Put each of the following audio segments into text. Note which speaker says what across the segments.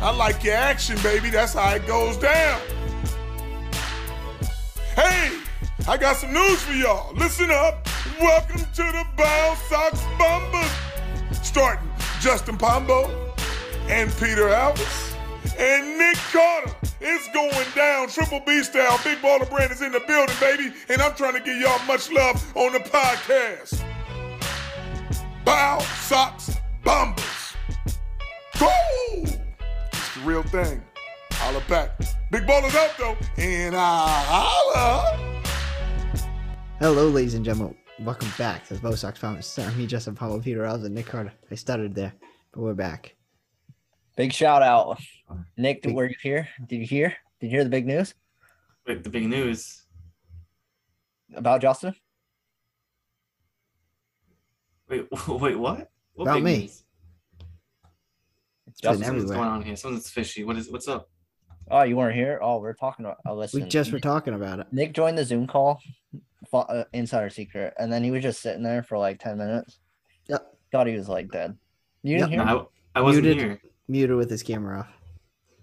Speaker 1: I like your action, baby. That's how it goes down. Hey, I got some news for y'all. Listen up. Welcome to the Bound Sox Bombers. Starting Justin Pombo and Peter Alves and Nick Carter. It's going down. Triple B style. Big Baller Brand is in the building, baby. And I'm trying to give y'all much love on the podcast. Bow Sox Bombers. Go! It's the real thing. Holla back. Big Baller's out, though. And I holla.
Speaker 2: Hello, ladies and gentlemen. Welcome back to the Bo Sox Promise. I'm me, Justin Powell, Peter Alves, and Nick Carter. I stuttered there, but we're back.
Speaker 3: Big shout out, Nick. Were you here? Did you hear? Did you hear the big news
Speaker 4: Wait, the big news.
Speaker 3: about Justin?
Speaker 4: Wait, wait, what? what
Speaker 2: About
Speaker 4: big
Speaker 2: me.
Speaker 4: News?
Speaker 3: It's
Speaker 2: been
Speaker 3: Justin.
Speaker 4: Something's
Speaker 2: everywhere.
Speaker 4: going on here. Something's fishy. What is? What's up?
Speaker 3: Oh, you weren't here. Oh, we're talking about. Oh, listen.
Speaker 2: We just were talking about it.
Speaker 3: Nick joined the Zoom call, fo- uh, insider secret, and then he was just sitting there for like ten minutes.
Speaker 2: Yep.
Speaker 3: Thought he was like dead. You
Speaker 2: Yep.
Speaker 3: didn't
Speaker 4: No,
Speaker 3: hear,
Speaker 4: I, I wasn't
Speaker 2: Muted.
Speaker 4: here.
Speaker 2: Muted with his camera off.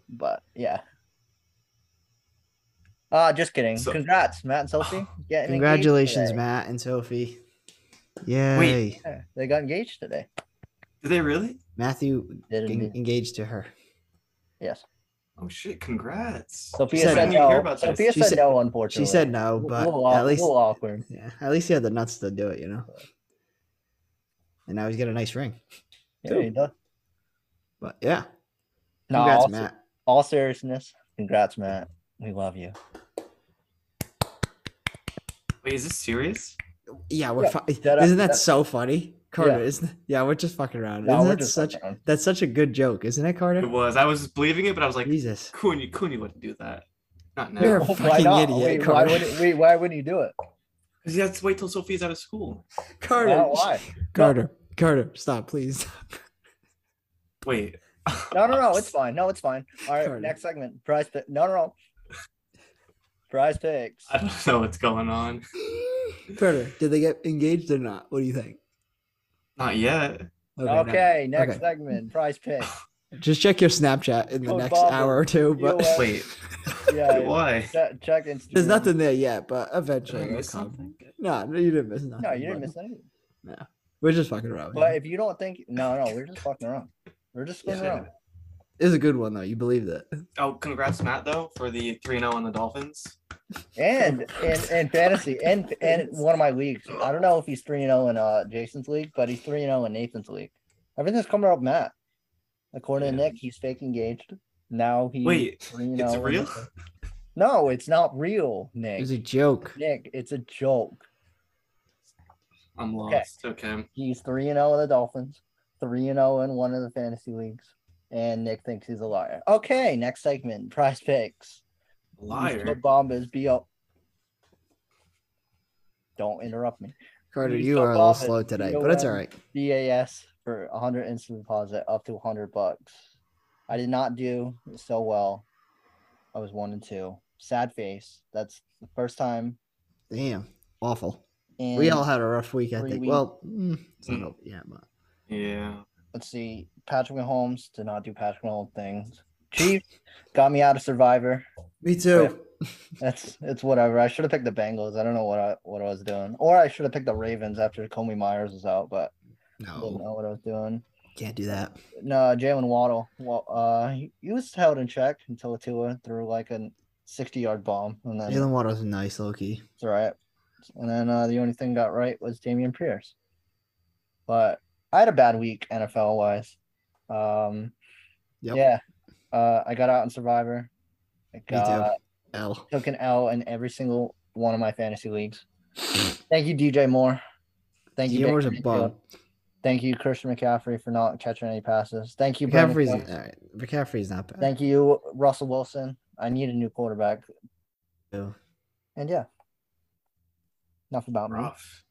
Speaker 3: but yeah. Ah, just kidding.
Speaker 4: So-
Speaker 3: Congrats, Matt and Sophie. getting engaged
Speaker 2: Congratulations,
Speaker 3: today.
Speaker 2: Matt and Sophie. Yay.
Speaker 3: Yeah, they got engaged today.
Speaker 4: Did they really?
Speaker 2: Matthew
Speaker 3: Did
Speaker 2: en-
Speaker 3: indeed.
Speaker 2: engaged to her.
Speaker 3: yes.
Speaker 4: Oh shit! Congrats.
Speaker 3: Sophia
Speaker 2: said-
Speaker 3: said,
Speaker 2: I
Speaker 4: didn't hear
Speaker 3: no.
Speaker 4: about this.
Speaker 3: Sophia
Speaker 2: She
Speaker 3: said,
Speaker 2: said-
Speaker 3: no. Unfortunately,
Speaker 2: She said no, but
Speaker 3: Little aw-
Speaker 2: at least
Speaker 3: little awkward.
Speaker 2: yeah, at least he had the nuts to do it, you know. And now he's got a nice ring.
Speaker 3: Yeah, he does.
Speaker 2: But yeah,
Speaker 3: No,
Speaker 2: congrats,
Speaker 3: all,
Speaker 2: Matt.
Speaker 3: all seriousness, congrats, Matt. We love you.
Speaker 4: Wait, is this serious?
Speaker 2: Yeah, we're
Speaker 3: Yeah,
Speaker 2: fu-
Speaker 3: that-
Speaker 2: isn't that
Speaker 3: that-
Speaker 2: so funny, Carter?
Speaker 3: Yeah.
Speaker 2: Isn't yeah, we're just fucking around.
Speaker 3: No,
Speaker 2: isn't
Speaker 3: we're
Speaker 2: that
Speaker 3: just
Speaker 2: such
Speaker 3: fucking around.
Speaker 2: that's such a good joke, isn't it, Carter?
Speaker 4: It was. I was believing it, but I was like,
Speaker 2: Jesus,
Speaker 4: Cooney, Cooney wouldn't do that. Not now.
Speaker 2: You're a
Speaker 3: Why
Speaker 2: fucking
Speaker 3: not?
Speaker 2: idiot,
Speaker 3: Wait, why
Speaker 2: Carter.
Speaker 3: wouldn't wait, why wouldn't you do it?
Speaker 4: 'Cause he has to wait till Sophie's out of school.
Speaker 2: Carter,
Speaker 3: Why- why?
Speaker 2: Carter, Carter, stop, please.
Speaker 4: Wait.
Speaker 3: No, no, no, it's fine. No, it's fine. All right,
Speaker 2: Carter.
Speaker 3: next segment. Prize pick. No, no, no. Prize picks.
Speaker 4: I don't know what's going on.
Speaker 2: Carter, did they get engaged or not? What do you think?
Speaker 4: Not yet.
Speaker 2: no.
Speaker 3: Okay, next
Speaker 2: Okay.
Speaker 3: segment. Prize picks.
Speaker 2: Just check your Snapchat in the
Speaker 3: Oh,
Speaker 2: next
Speaker 3: Bob,
Speaker 2: hour or two, but
Speaker 3: you, uh,
Speaker 4: Wait.
Speaker 3: Yeah.
Speaker 4: Why?
Speaker 3: Check, check Instagram.
Speaker 2: there's nothing there yet. But
Speaker 4: Did I
Speaker 2: eventually, it'll
Speaker 4: miss
Speaker 2: come.
Speaker 4: something?
Speaker 2: no, no, you didn't miss nothing.
Speaker 3: No, you didn't
Speaker 2: but
Speaker 3: miss anything.
Speaker 2: We're just fucking around.
Speaker 3: But
Speaker 2: man.
Speaker 3: if you don't think, no, no, we're just fucking around. We're just fucking
Speaker 4: Yeah.
Speaker 3: around.
Speaker 2: It was a good one though. You believed it.
Speaker 4: Oh, congrats, Matt, though, for the 3 0 on the Dolphins.
Speaker 3: and and and fantasy and and one of my leagues. I don't know if he's three zero in uh Jason's league, but he's three zero in Nathan's league. Everything's coming up, Matt. According to
Speaker 4: Yeah.
Speaker 3: Nick, he's fake engaged. Now he
Speaker 4: Wait, it's
Speaker 3: 3-0.
Speaker 4: real?
Speaker 3: No, it's not real,
Speaker 2: It
Speaker 3: Nick.
Speaker 2: was a joke.
Speaker 3: Nick, it's a joke.
Speaker 4: I'm
Speaker 3: Okay.
Speaker 4: lost. Okay.
Speaker 3: He's three and zero in the Dolphins, three and zero in one of the fantasy leagues, and Nick thinks he's a liar. Okay, next segment: Prize picks. The
Speaker 4: Liar.
Speaker 3: Bombas be up. Don't interrupt me.
Speaker 2: Carter,
Speaker 3: He's
Speaker 2: you
Speaker 3: so
Speaker 2: are a little
Speaker 3: bothered.
Speaker 2: slow
Speaker 3: You
Speaker 2: today,
Speaker 3: know
Speaker 2: but it's
Speaker 3: what?
Speaker 2: all right.
Speaker 3: BAS for 100 instant deposit up to 100 bucks. I did not do so well. I was one and two. Sad face. That's the first time.
Speaker 2: Damn, awful.
Speaker 3: In,
Speaker 2: We all had a rough week, I
Speaker 3: three
Speaker 2: think.
Speaker 3: weeks.
Speaker 2: Well, mm, it's not
Speaker 4: Mm.
Speaker 2: over yet, but
Speaker 4: Yeah.
Speaker 3: let's see. Patrick Mahomes did not do Patrick Mahomes things. Chief got me out of Survivor.
Speaker 2: me
Speaker 3: Oh,
Speaker 2: too.
Speaker 3: That's it's whatever. I should have picked the Bengals. I don't know what I what I was doing, or I should have picked the Ravens after Comey Myers was out, but I didn't
Speaker 2: No,
Speaker 3: know what I was doing.
Speaker 2: can't do that.
Speaker 3: No, Jalen Waddle. Well, uh, he, he was held in check until Tua threw like a sixty-yard bomb, and then
Speaker 2: Jalen Waddle's nice, Loki.
Speaker 3: it's all right. And then uh, the only thing got right was Damian Pierce. But I had a bad week NFL wise. Um,
Speaker 2: Yep.
Speaker 3: yeah, uh, I got out in Survivor. I
Speaker 2: Me
Speaker 3: got,
Speaker 2: too. L.
Speaker 3: took an L in every single one of my fantasy leagues. Thank you, DJ Moore. Thank you,
Speaker 2: Gilmore's a
Speaker 3: Baker Mayfield.
Speaker 2: bum.
Speaker 3: Thank you, Christian McCaffrey, for not catching any passes. Thank you, Brandon
Speaker 2: McCaffrey's,
Speaker 3: Cooks.
Speaker 2: all right. McCaffrey's not bad.
Speaker 3: Thank you, Russell Wilson. I need a new quarterback.
Speaker 2: you.
Speaker 3: And yeah, enough about me.
Speaker 4: Rough.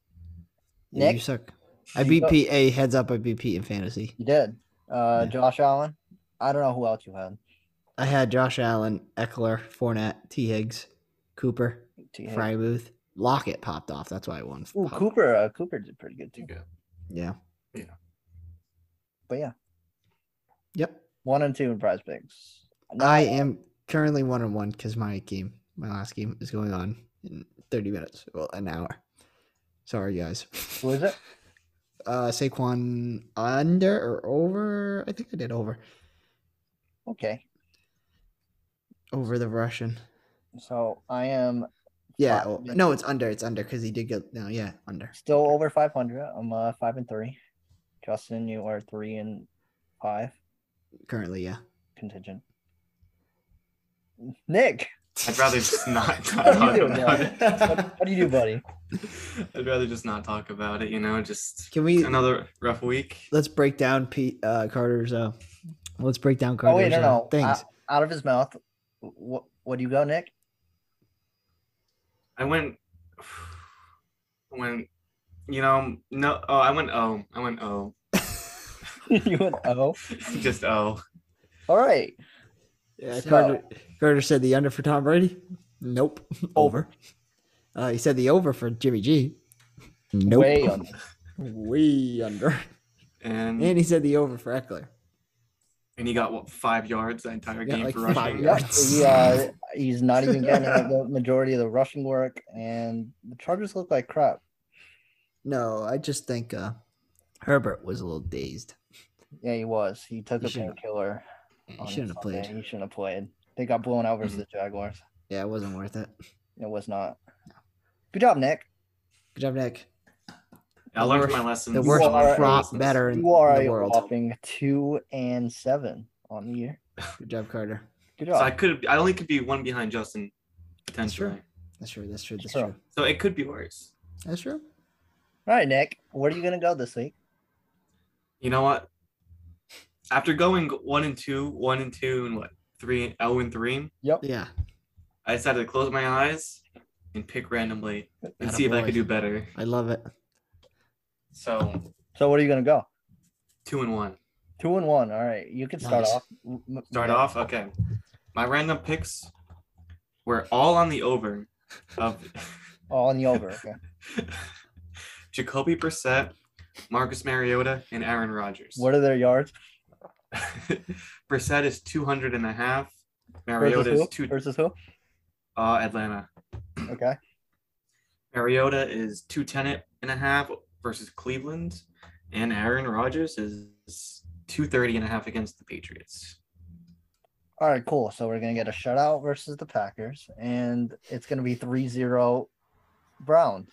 Speaker 2: Yeah, you
Speaker 3: Nick?
Speaker 2: suck. I
Speaker 3: You
Speaker 2: beat
Speaker 3: suck.
Speaker 2: Pete A heads up. I beat Pete in fantasy.
Speaker 3: You did. Uh,
Speaker 2: Yeah.
Speaker 3: Josh Allen. I don't know who else you had.
Speaker 2: I had Josh Allen, Eckler, Fournette, T. Higgs, Cooper,
Speaker 3: T. Higgins.
Speaker 2: Fry Booth. Lockett popped off. That's why I won.
Speaker 3: Ooh,
Speaker 2: Pop-
Speaker 3: Cooper. Uh, Cooper did pretty good too.
Speaker 4: Okay.
Speaker 2: Yeah.
Speaker 3: But yeah,
Speaker 2: Yep.
Speaker 3: One and two in prize picks. Not
Speaker 2: I am currently one on one because my game, my last game, is going on in 30 minutes. Well, an hour. Sorry, guys.
Speaker 3: Who is it?
Speaker 2: Uh, Saquon under or over? I think I did over.
Speaker 3: Okay.
Speaker 2: Over the Russian.
Speaker 3: So I am
Speaker 2: Yeah.
Speaker 3: Five
Speaker 2: oh,
Speaker 3: minutes.
Speaker 2: no, it's under. It's under because he did go. No, yeah, under.
Speaker 3: still over 500. I'm uh, five and three. Justin, you are three and five
Speaker 2: Currently, yeah.
Speaker 3: contingent. Nick,
Speaker 4: I'd rather just not
Speaker 3: What are
Speaker 4: talk
Speaker 3: you doing,
Speaker 4: about it.
Speaker 3: what, what do you do, buddy?
Speaker 4: I'd rather just not talk about it, you know, just
Speaker 2: Can we
Speaker 4: another rough week.
Speaker 2: let's break down Pete uh, Carter's? Uh, let's break down Carter's
Speaker 3: Oh, no,
Speaker 2: uh,
Speaker 3: no.
Speaker 2: things.
Speaker 3: Out of his mouth. What what do you go, Nick?
Speaker 4: I went I went you know, no oh I went oh. I went oh.
Speaker 3: you went oh.
Speaker 4: just oh.
Speaker 3: All right.
Speaker 2: Yeah,
Speaker 3: So- Oh.
Speaker 2: Carter, Carter said the under for Tom Brady. Nope. Over. Uh, he said the over for Jimmy G. Nope.
Speaker 3: Way on.
Speaker 2: Way under.
Speaker 4: And
Speaker 2: And he said the over for Eckler.
Speaker 4: and he got what five yards the entire
Speaker 2: Yeah,
Speaker 4: game
Speaker 2: like
Speaker 4: for
Speaker 2: five
Speaker 4: rushing.
Speaker 3: Yep.
Speaker 2: yards.
Speaker 3: He, uh, he's not even getting the majority of the rushing work, and the Chargers look like crap.
Speaker 2: No, I just think uh, Herbert was a little dazed.
Speaker 3: Yeah, he was. He took
Speaker 2: He
Speaker 3: a
Speaker 2: shouldn't-
Speaker 3: painkiller.
Speaker 2: He
Speaker 3: on
Speaker 2: shouldn't have
Speaker 3: Sunday.
Speaker 2: played. Mm-hmm.
Speaker 3: He shouldn't have played. They got blown out versus
Speaker 4: Mhm.
Speaker 3: the Jaguars.
Speaker 2: Yeah, it wasn't worth it.
Speaker 3: It was not. Good job, Nick.
Speaker 2: Good job, Nick.
Speaker 4: I learned from my lessons.
Speaker 2: The
Speaker 4: I
Speaker 2: worst
Speaker 4: learned from my
Speaker 2: prop
Speaker 4: lessons.
Speaker 2: better in,
Speaker 3: You are
Speaker 2: the
Speaker 3: a
Speaker 2: world.
Speaker 3: whopping two and seven on the year.
Speaker 2: Good job, Carter.
Speaker 3: Good
Speaker 4: So I
Speaker 3: job.
Speaker 4: could I only could be one behind Justin potentially.
Speaker 2: That's true. That's true. That's
Speaker 3: Sure.
Speaker 2: true.
Speaker 4: So it could be worse.
Speaker 2: That's true.
Speaker 3: All right, Nick. Where are you gonna go this week?
Speaker 4: You know what? After going one and two, one and two, and what three, oh and three,
Speaker 3: Yep.
Speaker 2: Yeah.
Speaker 4: I decided to close my eyes and pick randomly and see if I
Speaker 2: Attaboy.
Speaker 4: could do better.
Speaker 2: I love it.
Speaker 4: So
Speaker 3: So where are you gonna go?
Speaker 4: two and one.
Speaker 3: Two and one. All right. You can start
Speaker 2: Nice.
Speaker 3: off. M- m-
Speaker 4: Start
Speaker 3: Nick.
Speaker 4: off okay. My random picks were all on the over of
Speaker 3: Oh, on the over. Okay.
Speaker 4: Jacoby Brissett, Marcus Mariota, and Aaron Rodgers.
Speaker 3: What are their yards
Speaker 4: Brissett is 200 and a half. Mariota
Speaker 3: versus
Speaker 4: is
Speaker 3: who?
Speaker 4: two.
Speaker 3: versus who?
Speaker 4: Uh, Atlanta.
Speaker 3: Okay.
Speaker 4: Mariota is two ten and a half versus Cleveland, and Aaron Rodgers is two thirty and a half against the Patriots.
Speaker 3: All right. Cool. So we're gonna get a shutout versus the Packers, and it's gonna be 3-0 Brown.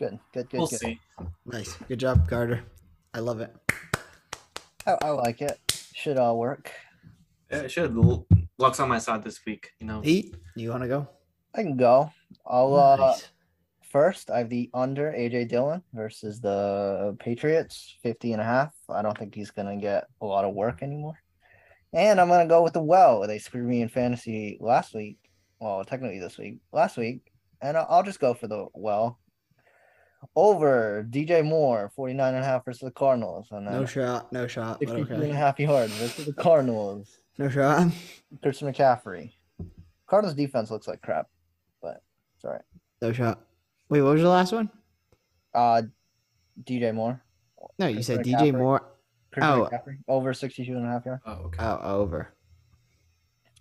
Speaker 3: Good. Good. Good.
Speaker 4: We'll
Speaker 3: good.
Speaker 4: see.
Speaker 2: Nice. Good job, Carter. I love it.
Speaker 3: I, I like it. Should all work.
Speaker 4: Yeah, It should L- luck's on my side this week. You know,
Speaker 2: Pete, you want to go?
Speaker 3: I can go. I'll uh,
Speaker 2: Nice.
Speaker 3: first. I have the under AJ Dillon versus the Patriots 50 and a half. I don't think he's gonna get a lot of work anymore. And I'm gonna go with the well. They screwed me in fantasy last week. Well, technically this week, last week, and I- I'll just go for the well. Over DJ Moore 49 and a half versus the Cardinals, and
Speaker 2: No
Speaker 3: then
Speaker 2: shot. No shot. But
Speaker 3: 62 and a
Speaker 2: okay.
Speaker 3: half yards versus the Cardinals.
Speaker 2: No shot.
Speaker 3: Christian McCaffrey. Cardinals defense looks like crap, but it's all right.
Speaker 2: No shot. Wait, what was your last one?
Speaker 3: Uh, DJ Moore.
Speaker 2: No, you said
Speaker 3: Christian
Speaker 2: DJ
Speaker 3: McCaffrey.
Speaker 2: Moore.
Speaker 3: Christian
Speaker 2: Oh.
Speaker 3: McCaffrey, over 62 and a half yards.
Speaker 4: oh, okay.
Speaker 2: Oh, over.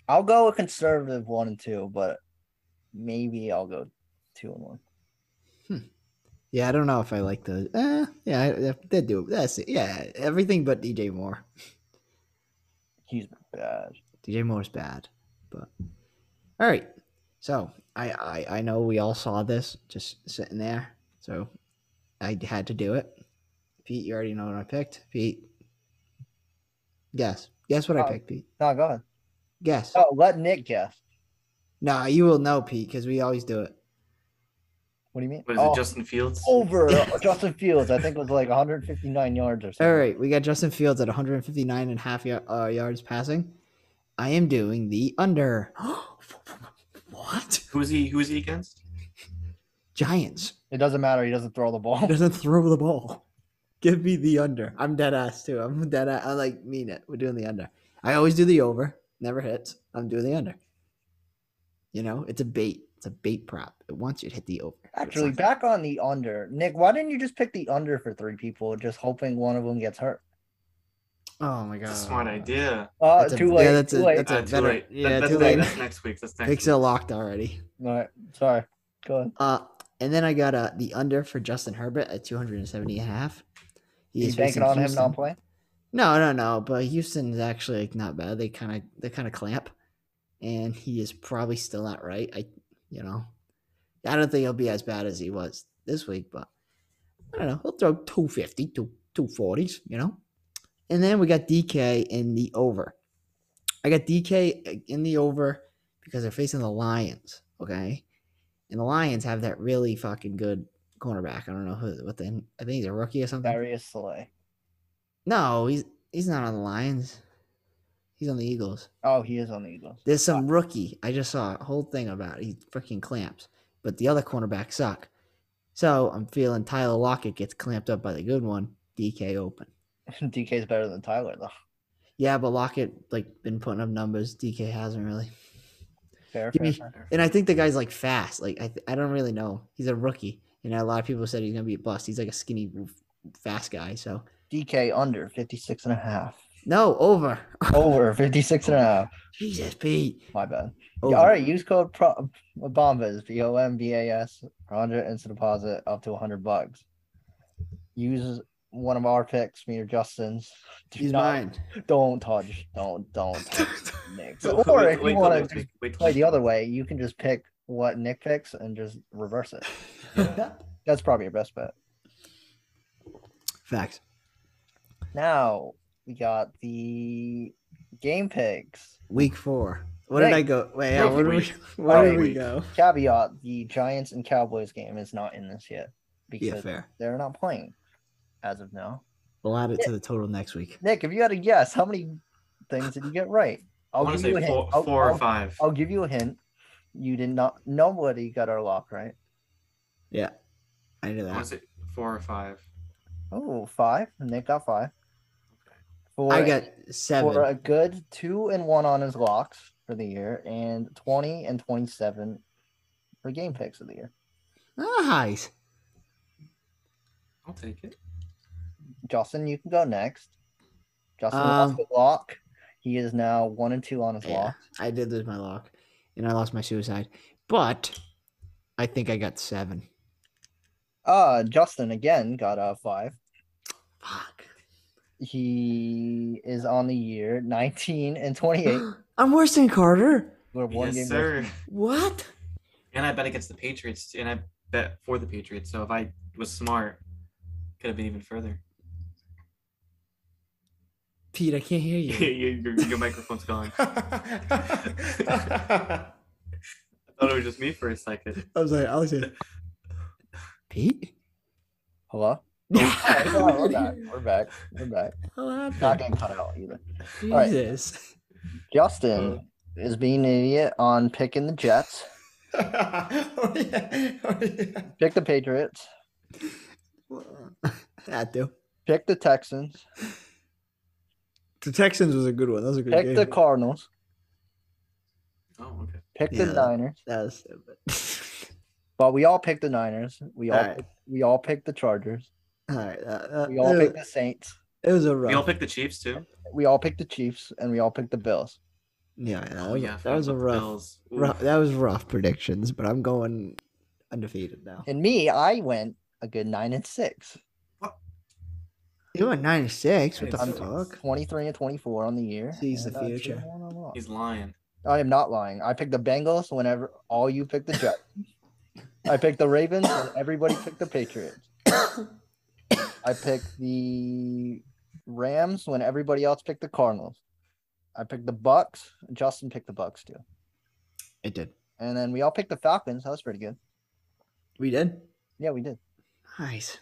Speaker 3: I'll go a conservative one and two, but maybe I'll go two and one.
Speaker 2: Yeah, I don't know if I like those. Eh, yeah, I- I- they do. That's it. Yeah, everything but DJ Moore.
Speaker 3: He's bad.
Speaker 2: DJ Moore's bad, but all right. So I, I I know we all saw this just sitting there, so I had to do it. Pete, you already know what I picked. Pete, guess guess what I
Speaker 3: Oh.
Speaker 2: picked, Pete.
Speaker 3: No, go ahead.
Speaker 2: Guess.
Speaker 3: Oh, let Nick guess.
Speaker 2: Nah, you will know, Pete, because we always do it.
Speaker 3: What do you mean?
Speaker 4: What is
Speaker 3: Oh,
Speaker 4: it, Justin Fields?
Speaker 3: over uh, Justin Fields. I think it was like 159 yards or something.
Speaker 2: All right, we got Justin Fields at 159 and a half ya- uh, yards passing. I am doing the under. what?
Speaker 4: Who is he? Who is he against?
Speaker 2: Giants.
Speaker 3: It doesn't matter. He doesn't throw the ball.
Speaker 2: doesn't throw the ball. Give me the under. I'm dead ass too. I'm dead ass. I like mean it. We're doing the under. I always do the over. Never hits. I'm doing the under. You know, it's a bait. It's a bait prop. It wants you to hit the over. but it's
Speaker 3: Actually,
Speaker 2: not-
Speaker 3: back on the under. Nick, why didn't you just pick the under for three people, just hoping one of them gets hurt?
Speaker 2: Oh my god.
Speaker 4: That's a smart idea.
Speaker 3: Oh,
Speaker 2: That's a-
Speaker 3: too
Speaker 2: yeah,
Speaker 3: late.
Speaker 2: that's
Speaker 3: too
Speaker 2: a-
Speaker 3: late.
Speaker 2: that's
Speaker 4: Uh, too
Speaker 2: better-
Speaker 4: late.
Speaker 2: yeah,
Speaker 4: That- that's
Speaker 2: too
Speaker 4: late.
Speaker 2: late.
Speaker 4: That's next week. That's next week.
Speaker 2: Pixel locked already.
Speaker 3: All right. Sorry. Go ahead.
Speaker 2: Uh, and then I got uh, the under for Justin Herbert at 270 and a half. He
Speaker 3: You
Speaker 2: is
Speaker 3: banking
Speaker 2: facing
Speaker 3: on him
Speaker 2: Houston.
Speaker 3: not playing?
Speaker 2: No, no, no. But Houston's actually like not bad. They kind of they kind of clamp, and he is probably still not right. I, you know, I don't think he'll be as bad as he was this week. But I don't know. He'll throw 250, two, 240s, you know. And then we got DK in the over. I got DK in the over because they're facing the Lions. Okay, and the Lions have that really fucking good cornerback. I don't know who what the I think he's a rookie or something.
Speaker 3: Darius Slay.
Speaker 2: No, he's he's not on the Lions. He's on the Eagles.
Speaker 3: Oh, he is on the Eagles.
Speaker 2: There's some rookie. I just saw a whole thing about it. He freaking clamps. But the other cornerbacks suck. So I'm feeling Tyler Lockett gets clamped up by the good one. DK open.
Speaker 3: DK is better than Tyler though.
Speaker 2: Yeah, but Lockett like been putting up numbers. DK hasn't really.
Speaker 3: Fair,
Speaker 2: Give
Speaker 3: fair,
Speaker 2: me-
Speaker 3: fair.
Speaker 2: And I think the guy's like fast. Like I, I don't really know. He's a rookie. You know, a lot of people said he's gonna be a bust. He's like a skinny, fast guy. So
Speaker 3: DK under 56 and a half.
Speaker 2: no over.
Speaker 3: Over 56 and a half.
Speaker 2: Jesus Pete.
Speaker 3: My bad.
Speaker 2: Over.
Speaker 3: All right, use code pro- BOMBAS, B O M B A S, for 100 instant deposit up to 100 bucks. Use one of our picks, me or Justin's. Do
Speaker 2: He's
Speaker 3: not-
Speaker 2: mine.
Speaker 3: Don't touch. Don't, don't touch Nick's.
Speaker 4: Wait-
Speaker 3: Or
Speaker 4: wait-
Speaker 3: if
Speaker 4: wait
Speaker 3: you
Speaker 4: till
Speaker 3: want to
Speaker 4: next
Speaker 3: just
Speaker 4: week. Wait till
Speaker 3: play
Speaker 4: next
Speaker 3: the other
Speaker 4: week.
Speaker 3: way, you can just pick what Nick picks and just reverse it.
Speaker 4: Yeah.
Speaker 3: That's probably your best bet.
Speaker 2: Facts.
Speaker 3: Now we got the game picks.
Speaker 2: Week four. What did
Speaker 3: Hey,
Speaker 2: I go? Wait, yeah,
Speaker 4: rough
Speaker 2: where did we?
Speaker 4: week.
Speaker 2: Where did
Speaker 3: Rough
Speaker 2: we
Speaker 4: week.
Speaker 2: go?
Speaker 3: Caveat the Giants and Cowboys game is not in this yet
Speaker 2: Yeah,
Speaker 3: because
Speaker 2: fair.
Speaker 3: they're not playing as of now.
Speaker 2: We'll add it to the total next week.
Speaker 3: Nick, if you had a guess, how many things did you get right?
Speaker 4: I
Speaker 3: I'll
Speaker 4: want to
Speaker 3: give you a
Speaker 4: say
Speaker 3: hint.
Speaker 4: four,
Speaker 3: I'll-
Speaker 4: four or
Speaker 3: I'll-
Speaker 4: 5
Speaker 3: I'll give you a hint. You did not. Nobody got our lock right.
Speaker 2: Yeah, I knew
Speaker 4: I want
Speaker 2: that.
Speaker 4: to say four or five.
Speaker 3: Oh, five. Nick got five. For,
Speaker 2: I got seven.
Speaker 3: for a good two and one on his locks for the year, and twenty and twenty-seven for game picks of the year.
Speaker 2: Ah, Nice.
Speaker 4: I'll take it.
Speaker 3: Justin, you can go next. Justin
Speaker 2: Um,
Speaker 3: lost his lock. He is now one and two on his
Speaker 2: Yeah,
Speaker 3: lock.
Speaker 2: I did lose my lock, and I lost my suicide, but I think I got seven.
Speaker 3: Uh Justin again got a five.
Speaker 2: Fuck.
Speaker 3: He is on the year 19 and 28.
Speaker 2: I'm worse than Carter.
Speaker 3: We're one
Speaker 4: Yes,
Speaker 3: game
Speaker 4: sir.
Speaker 3: worse.
Speaker 2: What?
Speaker 4: And I bet against the Patriots, and I bet for the Patriots. So if I was smart, could have been even further.
Speaker 2: Pete, I can't hear
Speaker 4: your,
Speaker 2: you.
Speaker 4: your, your microphone's gone. I thought it was just me for a second.
Speaker 2: I was like, I was like, Pete.
Speaker 3: Hello? Oh, no, we're back. We're back. We're back.
Speaker 2: What
Speaker 3: Not
Speaker 2: happened?
Speaker 3: getting cut out either. right.
Speaker 2: Jesus.
Speaker 3: Justin
Speaker 2: Uh,
Speaker 3: is being an idiot on picking the Jets.
Speaker 1: oh, yeah. Oh, yeah.
Speaker 3: Pick the Patriots.
Speaker 2: That do.
Speaker 3: Pick the Texans.
Speaker 2: The Texans was a good one. That was a good
Speaker 3: Pick
Speaker 2: game.
Speaker 3: the Cardinals.
Speaker 4: Oh, okay.
Speaker 3: Pick
Speaker 2: Yeah,
Speaker 3: the
Speaker 2: that-
Speaker 3: Niners.
Speaker 2: that was stupid.
Speaker 3: But we all picked the Niners. We all,
Speaker 2: all
Speaker 3: picked-
Speaker 2: right,
Speaker 3: we all picked the Chargers.
Speaker 2: all right. That, that,
Speaker 3: We all
Speaker 2: it,
Speaker 3: picked
Speaker 2: was,
Speaker 3: the Saints.
Speaker 2: it was a
Speaker 4: We all
Speaker 2: rough.
Speaker 4: picked the Chiefs too.
Speaker 3: We all picked the Chiefs, and we all picked the Bills.
Speaker 2: yeah, yeah, that
Speaker 4: Oh,
Speaker 2: was,
Speaker 4: yeah, I
Speaker 2: that
Speaker 4: forgot
Speaker 2: was a
Speaker 4: about the
Speaker 2: rough,
Speaker 4: Bills. Oof.
Speaker 2: rough. That was rough predictions, but I'm going undefeated now.
Speaker 3: And me, I went a good nine and six.
Speaker 2: You went nine and six. What the
Speaker 4: Nine and six.
Speaker 2: fuck?
Speaker 3: Twenty-three and twenty-four on the year.
Speaker 2: Sees
Speaker 3: and,
Speaker 2: the
Speaker 3: uh, two and
Speaker 2: future.
Speaker 3: one on the lock.
Speaker 4: He's lying.
Speaker 3: I am not lying. I picked the Bengals whenever all you picked the Jets. I picked the Ravens and everybody picked the Patriots. I picked the Rams when everybody else picked the Cardinals. I picked the Bucks. Justin picked the Bucks too.
Speaker 2: It did.
Speaker 3: And then we all picked the Falcons. That was pretty good.
Speaker 2: We did.
Speaker 3: Yeah, we did.
Speaker 2: Nice.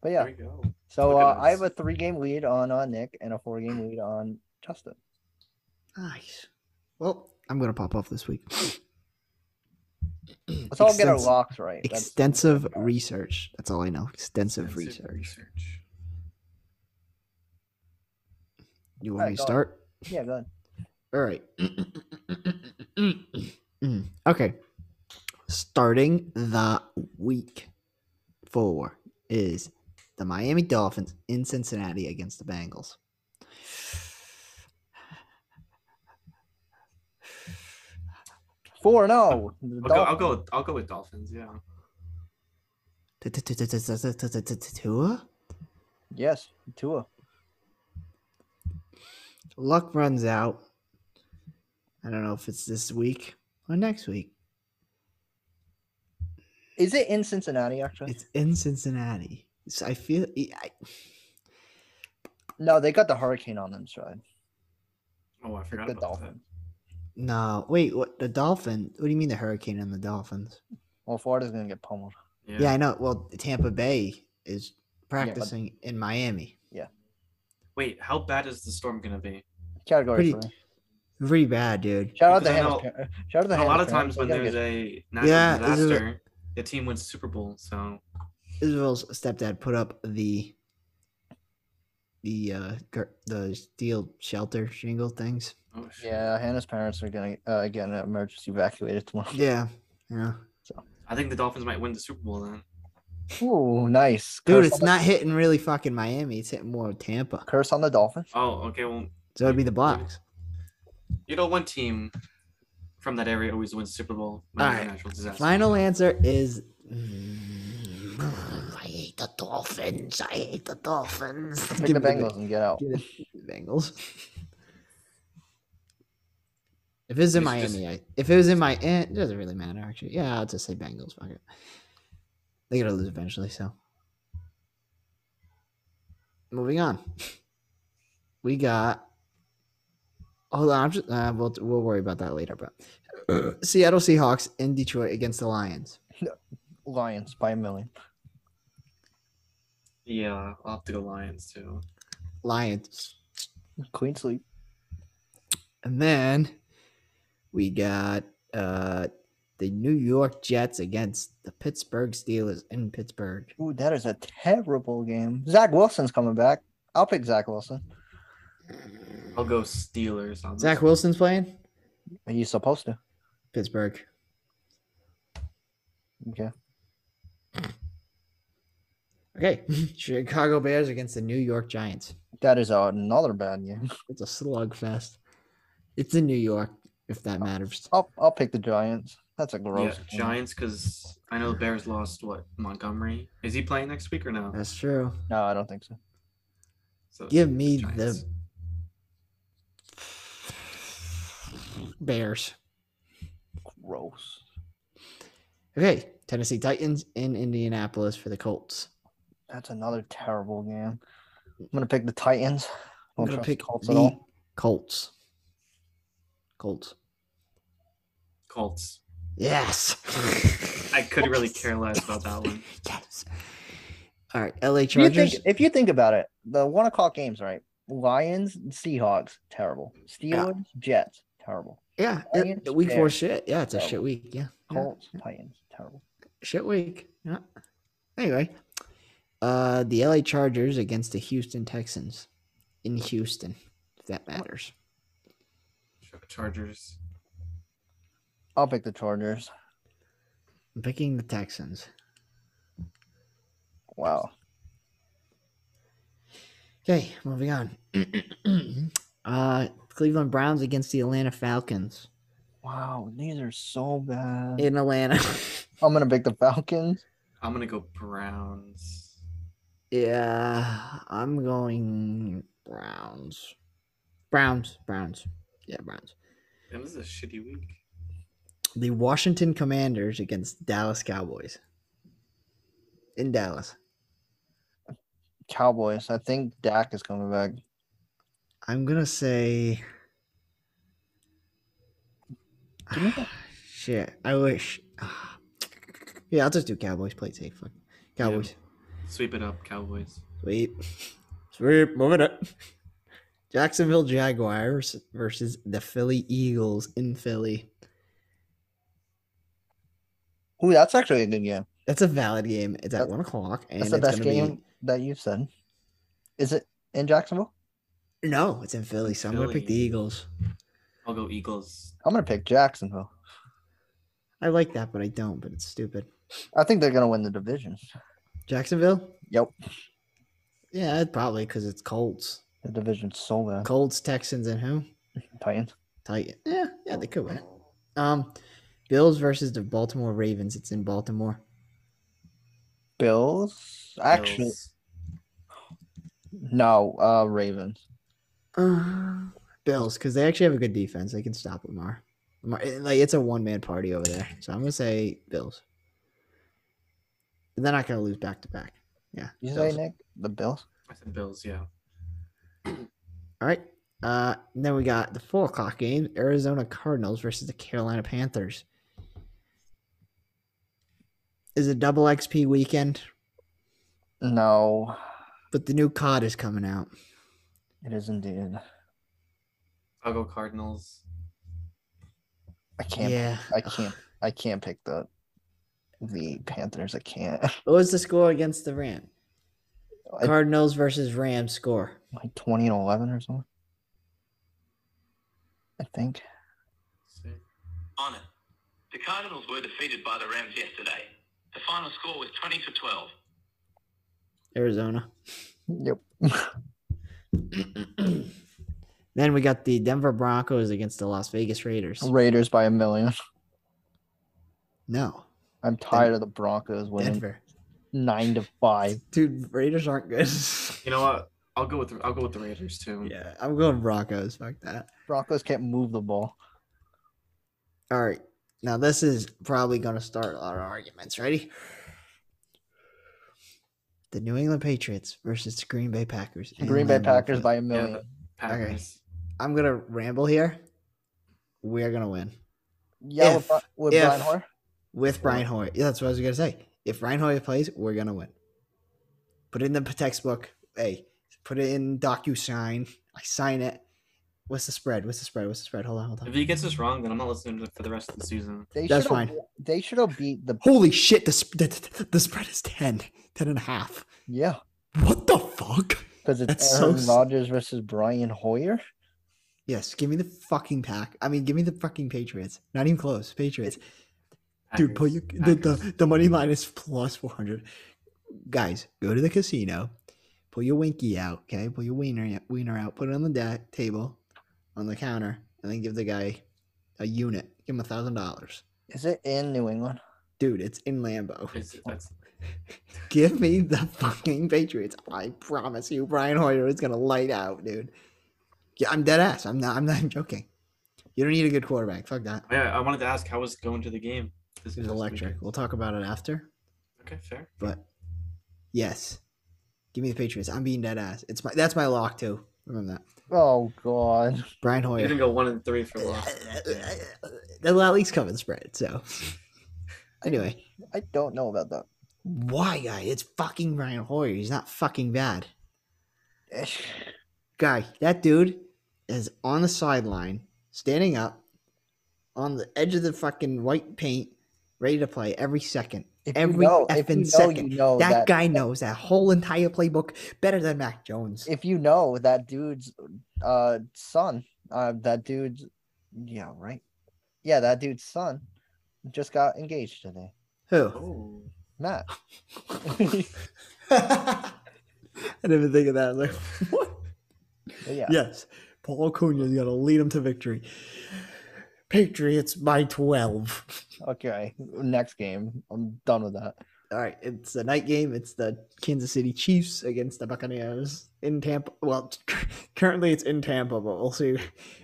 Speaker 3: But yeah,
Speaker 4: There we go.
Speaker 3: so
Speaker 4: Look at
Speaker 3: uh, I
Speaker 4: us.
Speaker 3: have a three game lead on uh, Nick and a four game lead on Justin.
Speaker 2: Nice. Well, I'm gonna pop off this week.
Speaker 4: Hmm,
Speaker 3: Let's all get our
Speaker 2: Extens-
Speaker 3: locks right. That's,
Speaker 2: Extensive research. That's all I know. Extensive,
Speaker 4: Extensive
Speaker 2: research.
Speaker 4: research.
Speaker 2: You want
Speaker 3: Alright,
Speaker 2: me to
Speaker 3: go on.
Speaker 2: start?
Speaker 3: yeah, go ahead.
Speaker 2: All right. Mm. okay. Starting the week four is the Miami Dolphins in Cincinnati against the Bengals.
Speaker 3: Four and oh. The
Speaker 4: I'll go, I'll
Speaker 3: Dolphins-
Speaker 4: go. with- I'll go with Dolphins. Yeah.
Speaker 2: Tua?
Speaker 3: Yes, Tua.
Speaker 2: Luck runs out. I don't know if it's this week or next week.
Speaker 3: Is it in Cincinnati actually?
Speaker 2: It's in Cincinnati. So I feel I,
Speaker 3: No, they got the hurricane on them side.
Speaker 4: Oh, I forgot
Speaker 3: The
Speaker 4: about that.
Speaker 3: Dolphins.
Speaker 2: no. Wait, what the Dolphin? What do you mean the hurricane and the Dolphins?
Speaker 3: Well, Florida's gonna get pummeled.
Speaker 4: Yeah.
Speaker 2: Yeah, I know. Well, Tampa Bay is practicing in Miami.
Speaker 4: Wait, how bad is the storm gonna be?
Speaker 3: Category
Speaker 2: Pretty-
Speaker 3: three.
Speaker 2: Pretty bad, dude.
Speaker 3: Shout out
Speaker 4: Because
Speaker 3: the
Speaker 4: I know-
Speaker 3: Hannah's par- Shout out the
Speaker 4: a lot
Speaker 3: Hannah's
Speaker 4: of times
Speaker 3: parents, they
Speaker 4: when
Speaker 3: gotta
Speaker 4: there's
Speaker 3: get-
Speaker 4: a natural
Speaker 2: Yeah, this is a-
Speaker 4: disaster, the team wins Super Bowl. So
Speaker 2: Israel's stepdad put up the the uh gir- the steel shelter shingle things.
Speaker 4: oh, shit.
Speaker 3: yeah, Hannah's parents are gonna uh, get an emergency evacuated tomorrow.
Speaker 2: Yeah, yeah.
Speaker 4: I think the Dolphins might win the Super Bowl then.
Speaker 3: Ooh, nice.
Speaker 2: Dude,
Speaker 3: Curse
Speaker 2: it's
Speaker 3: on
Speaker 2: not hitting really fucking Miami. It's hitting more Tampa.
Speaker 3: the, curse on the Dolphins.
Speaker 4: Oh, okay. Well,
Speaker 2: So it'd be the Bucks.
Speaker 4: you know, one team from that area always wins Super Bowl when there's a
Speaker 2: Alright,
Speaker 4: natural disaster.
Speaker 2: Final answer is. Mm, I hate the Dolphins. I hate the Dolphins.
Speaker 3: Pick the Bengals and get out.
Speaker 2: Give it to the Bengals. If it was in
Speaker 4: We should just-
Speaker 2: Miami, I, if it was in my, eh, it doesn't really matter actually. Yeah, I'll just say Bengals. Fuck it. They gotta lose eventually. So, moving on. We got. Hold on, I'm just, uh, we'll we'll worry about that later, bro. Seattle Seahawks in Detroit against the Lions.
Speaker 3: Lions by a million.
Speaker 4: Yeah, I'll have to go Lions too.
Speaker 2: Lions.
Speaker 3: Queen sleep.
Speaker 2: And then we got uh the New York Jets against the Pittsburgh Steelers in Pittsburgh.
Speaker 3: Ooh, that is a terrible game. Zach Wilson's coming back. I'll pick Zach Wilson.
Speaker 4: I'll go Steelers. On this
Speaker 2: Zach
Speaker 4: one.
Speaker 2: Wilson's playing
Speaker 3: Are you supposed to?
Speaker 2: Pittsburgh.
Speaker 3: Okay.
Speaker 2: Okay, Chicago Bears against the New York Giants.
Speaker 3: That is another bad game.
Speaker 2: It's a slugfest. It's in New York, if that matters.
Speaker 3: I'll I'll pick the Giants. That's a gross.
Speaker 4: Yeah,
Speaker 3: game.
Speaker 4: Giants because I know the Bears lost what Montgomery. Is he playing next week or no?
Speaker 2: That's true.
Speaker 3: No, I don't think so.
Speaker 4: So
Speaker 2: Give me
Speaker 4: Giants.
Speaker 2: the Bears.
Speaker 3: Gross.
Speaker 2: Okay, Tennessee Titans in Indianapolis for the Colts.
Speaker 3: That's another terrible game. I'm gonna pick the Titans.
Speaker 2: I'm
Speaker 3: Don't
Speaker 2: gonna
Speaker 3: trust
Speaker 2: pick
Speaker 3: the Colts
Speaker 2: the
Speaker 3: at all.
Speaker 2: Colts. Colts.
Speaker 4: Colts.
Speaker 2: Yes.
Speaker 4: I could really care less about that one.
Speaker 2: Yes. All right, LA
Speaker 3: If you
Speaker 2: Chargers.
Speaker 3: think if you think about it, the one o'clock games, right? Lions, Seahawks, terrible. Steelers, Jets, terrible.
Speaker 2: yeah,
Speaker 3: Lions,
Speaker 2: it- week four
Speaker 3: Bears.
Speaker 2: shit. Yeah, it's a
Speaker 3: Yeah.
Speaker 2: shit week. Yeah, yeah,
Speaker 3: Colts, Titans, terrible.
Speaker 2: shit week. Yeah. Anyway, uh, the LA Chargers against the Houston Texans in Houston, if that matters.
Speaker 4: Ch- Chargers.
Speaker 3: I'll pick the Chargers.
Speaker 2: I'm picking the Texans.
Speaker 3: Wow.
Speaker 2: Okay, moving on. uh, Cleveland Browns against the Atlanta Falcons
Speaker 3: Wow, these are so bad.
Speaker 2: in Atlanta.
Speaker 3: I'm gonna pick the Falcons.
Speaker 4: I'm gonna go Browns.
Speaker 2: Yeah, I'm going Browns. Browns, Browns. Yeah, Browns.
Speaker 4: Damn, This is a shitty week.
Speaker 2: The Washington Commanders against Dallas Cowboys. In Dallas.
Speaker 3: Cowboys. I think Dak is coming back.
Speaker 2: I'm going to say
Speaker 3: Give me the-
Speaker 2: shit. I wish Yeah, I'll just do Cowboys play it safe. Fuck. Cowboys.
Speaker 4: Sweep it up, Cowboys.
Speaker 2: Sweep. Sweep. Moving up. Jacksonville Jaguars versus the Philly Eagles in Philly.
Speaker 3: Ooh, that's actually a good game.
Speaker 2: That's a valid game. It's at
Speaker 3: That-
Speaker 2: one o'clock, and
Speaker 3: That's
Speaker 2: it's
Speaker 3: the best
Speaker 2: gonna
Speaker 3: game that you've said. Is it in Jacksonville?
Speaker 2: Be, no, it's in Philly, so I'm gonna pick the
Speaker 4: Philly.
Speaker 2: Eagles.
Speaker 4: I'll go Eagles.
Speaker 3: I'm gonna pick Jacksonville.
Speaker 2: I like that, but I don't. But it's stupid.
Speaker 3: I think they're gonna win the division.
Speaker 2: Jacksonville.
Speaker 3: Yep.
Speaker 2: Yeah, it probably because it's Colts.
Speaker 3: The division's so bad.
Speaker 2: Colts, Texans, and who?
Speaker 3: Titans.
Speaker 2: Titan. Yeah, yeah, they could win. Um, Bills versus the Baltimore Ravens. It's in Baltimore.
Speaker 3: Bills. Actually,
Speaker 4: Bills.
Speaker 3: no. Uh, Ravens.
Speaker 2: Uh, Bills, because they actually have a good defense. They can stop Lamar. Lamar it- like it's a one man party over there. So I'm gonna say Bills. But they're not gonna lose back to back. Yeah.
Speaker 3: You
Speaker 2: Bills.
Speaker 3: say Nick? The Bills.
Speaker 4: I said Bills, yeah.
Speaker 2: All right. Uh, and then we got the four o'clock game: Arizona Cardinals versus the Carolina Panthers. Is a double XP weekend,
Speaker 3: No,
Speaker 2: but the new COD is coming out.
Speaker 3: it is indeed.
Speaker 4: I'll go Cardinals.
Speaker 3: I can't.
Speaker 2: Yeah.
Speaker 3: I can't. I can't pick the the Panthers. I can't.
Speaker 2: What was the score against the Rams?
Speaker 3: I-
Speaker 2: Cardinals versus Rams score.
Speaker 3: Like twenty and eleven or something. I think.
Speaker 4: See?
Speaker 5: On it. The Cardinals were defeated by the Rams yesterday. The final score was 20 to 12.
Speaker 2: Arizona.
Speaker 3: Yep.
Speaker 2: then we got the Denver Broncos against the Las Vegas Raiders.
Speaker 3: Raiders by a million.
Speaker 2: No,
Speaker 3: I'm tired of the Broncos winning
Speaker 2: Denver.
Speaker 3: nine to five.
Speaker 2: Dude, Raiders aren't good.
Speaker 4: You know what? I'll go with the, I'll go with the Raiders too.
Speaker 2: yeah, I'm going Broncos. Fuck that.
Speaker 3: Broncos can't move the ball.
Speaker 2: All right. Now this is probably going to start a lot of arguments. Ready? The New England Patriots versus the Green Bay Packers. in
Speaker 3: Green Bay
Speaker 2: Lambeau
Speaker 3: Packers
Speaker 2: Field.
Speaker 3: by a million.
Speaker 4: Packers.
Speaker 2: I'm gonna ramble here. We're gonna win
Speaker 3: Yeah, with,
Speaker 2: If-
Speaker 3: Bri- with
Speaker 2: if-
Speaker 3: Brian Hoyer.
Speaker 2: with Brian Hoyer. Yeah, that's what I was gonna say. If Brian Hoyer plays, we're gonna win. Put it in the textbook. Hey, put it in DocuSign. I sign it. What's the spread? What's the spread? What's the spread? Hold on, hold
Speaker 4: If
Speaker 2: on.
Speaker 4: he gets this wrong, then I'm not listening to it for the rest of the season.
Speaker 3: They
Speaker 2: That's
Speaker 3: should've-
Speaker 2: fine.
Speaker 3: They should have beat the
Speaker 2: Holy shit! The, sp- the, the, the spread is 10, 10 and a half.
Speaker 3: yeah
Speaker 2: What the fuck?
Speaker 3: because it's
Speaker 2: That's so
Speaker 3: Aaron
Speaker 2: s-
Speaker 3: Rodgers versus Brian Hoyer.
Speaker 2: Yes, give me the fucking pack. I mean, give me the fucking Patriots. Not even close. Patriots. Dude, put your, the, the,
Speaker 4: Packers.
Speaker 2: the money line is plus 400. Guys, go to the casino, pull your winky out, okay? Pull your wiener, wiener out, put it on the da- table, on the counter, and then give the guy a unit. Give him a $1,000.
Speaker 3: Is it in New England?
Speaker 2: Dude, it's in Lambo.
Speaker 4: It's- that's-
Speaker 2: Give me the fucking Patriots. I promise you, Brian Hoyer is going to light out, dude. Yeah, I'm dead ass. I'm not, I'm not joking. You don't need a good quarterback. Fuck that.
Speaker 4: oh, yeah, I wanted to ask how was going to the game. This
Speaker 2: It was
Speaker 4: past
Speaker 2: electric. Oh,
Speaker 4: weekend?
Speaker 2: We'll talk about it after.
Speaker 4: Okay, fair.
Speaker 2: But yes, give me the Patriots. I'm being dead ass. It's my that's my lock too. Remember that,
Speaker 3: Oh God!
Speaker 2: Brian
Speaker 4: You're
Speaker 2: Hoyer.
Speaker 4: gonna go one and three for loss.
Speaker 2: They'll at least cover the spread. So anyway,
Speaker 3: I don't know about that.
Speaker 2: why guy? It's fucking Brian Hoyer. He's not fucking bad.
Speaker 3: Ish.
Speaker 2: Guy, that dude is on the sideline, standing up, on the edge of the fucking white paint, ready to play every second.
Speaker 3: If you
Speaker 2: Every
Speaker 3: know, if you
Speaker 2: effing
Speaker 3: know,
Speaker 2: second.
Speaker 3: you know
Speaker 2: that, guy knows that whole entire playbook better than Mac Jones.
Speaker 3: If you know that dude's uh son, uh, that dude's yeah right, yeah that dude's son just got engaged today.
Speaker 2: Who?
Speaker 4: Oh,
Speaker 3: Matt,
Speaker 2: I didn't even think of that. I was like, what?
Speaker 3: But yeah,
Speaker 2: Yes, Paul Cuna's going to lead him to victory. Patriots by 12.
Speaker 3: Okay, next game. I'm done with that.
Speaker 2: All right, it's a night game. It's the Kansas City Chiefs against the Buccaneers in Tampa. Well, currently it's in Tampa, but we'll see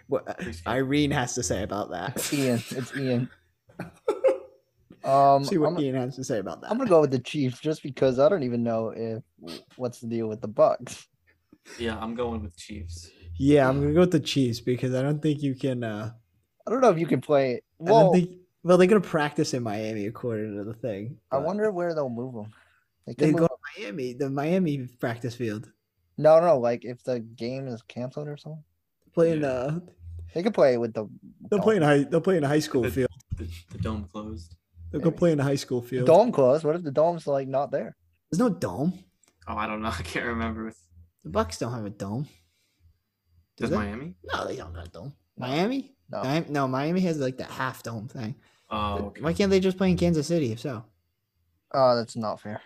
Speaker 2: what Irene has to say about that.
Speaker 3: Ian, it's Ian. Um,
Speaker 2: see what
Speaker 3: I'm,
Speaker 2: Ian has to say about that.
Speaker 3: I'm gonna go with the Chiefs just because I don't even know if what's the deal with the Bucks.
Speaker 4: yeah, I'm going with Chiefs.
Speaker 2: Yeah, I'm going to go with the Chiefs because I don't think you can. Uh,
Speaker 3: I don't know if you can play.
Speaker 2: I don't
Speaker 3: Well, I,
Speaker 2: think. Well, they're going to practice in Miami according to the thing. but-
Speaker 3: wonder where they'll move them. Like
Speaker 2: They
Speaker 3: they
Speaker 2: go to Miami, the Miami practice field,
Speaker 3: no, no, like if the game is canceled or something,
Speaker 2: playing.
Speaker 4: Yeah.
Speaker 2: Uh,
Speaker 3: they could play with the.
Speaker 2: they'll play in high. They'll play in a high school
Speaker 4: The-
Speaker 2: field.
Speaker 4: The, the dome closed.
Speaker 2: They'll go
Speaker 3: maybe.
Speaker 2: play in a high school
Speaker 3: the
Speaker 2: field.
Speaker 3: dome closed. What if the dome's like not there?
Speaker 2: There's no dome.
Speaker 4: Oh, I don't know. I can't remember. With
Speaker 2: The Bucks don't have a dome. Do
Speaker 4: does
Speaker 2: they?
Speaker 4: Miami?
Speaker 2: No, they don't have a dome.
Speaker 3: No.
Speaker 2: Miami?
Speaker 3: No,
Speaker 2: Mi- No, Miami has like that half dome thing.
Speaker 4: Oh, okay.
Speaker 2: Why can't they just play in Kansas City? If so,
Speaker 3: oh, that's Uh, not fair.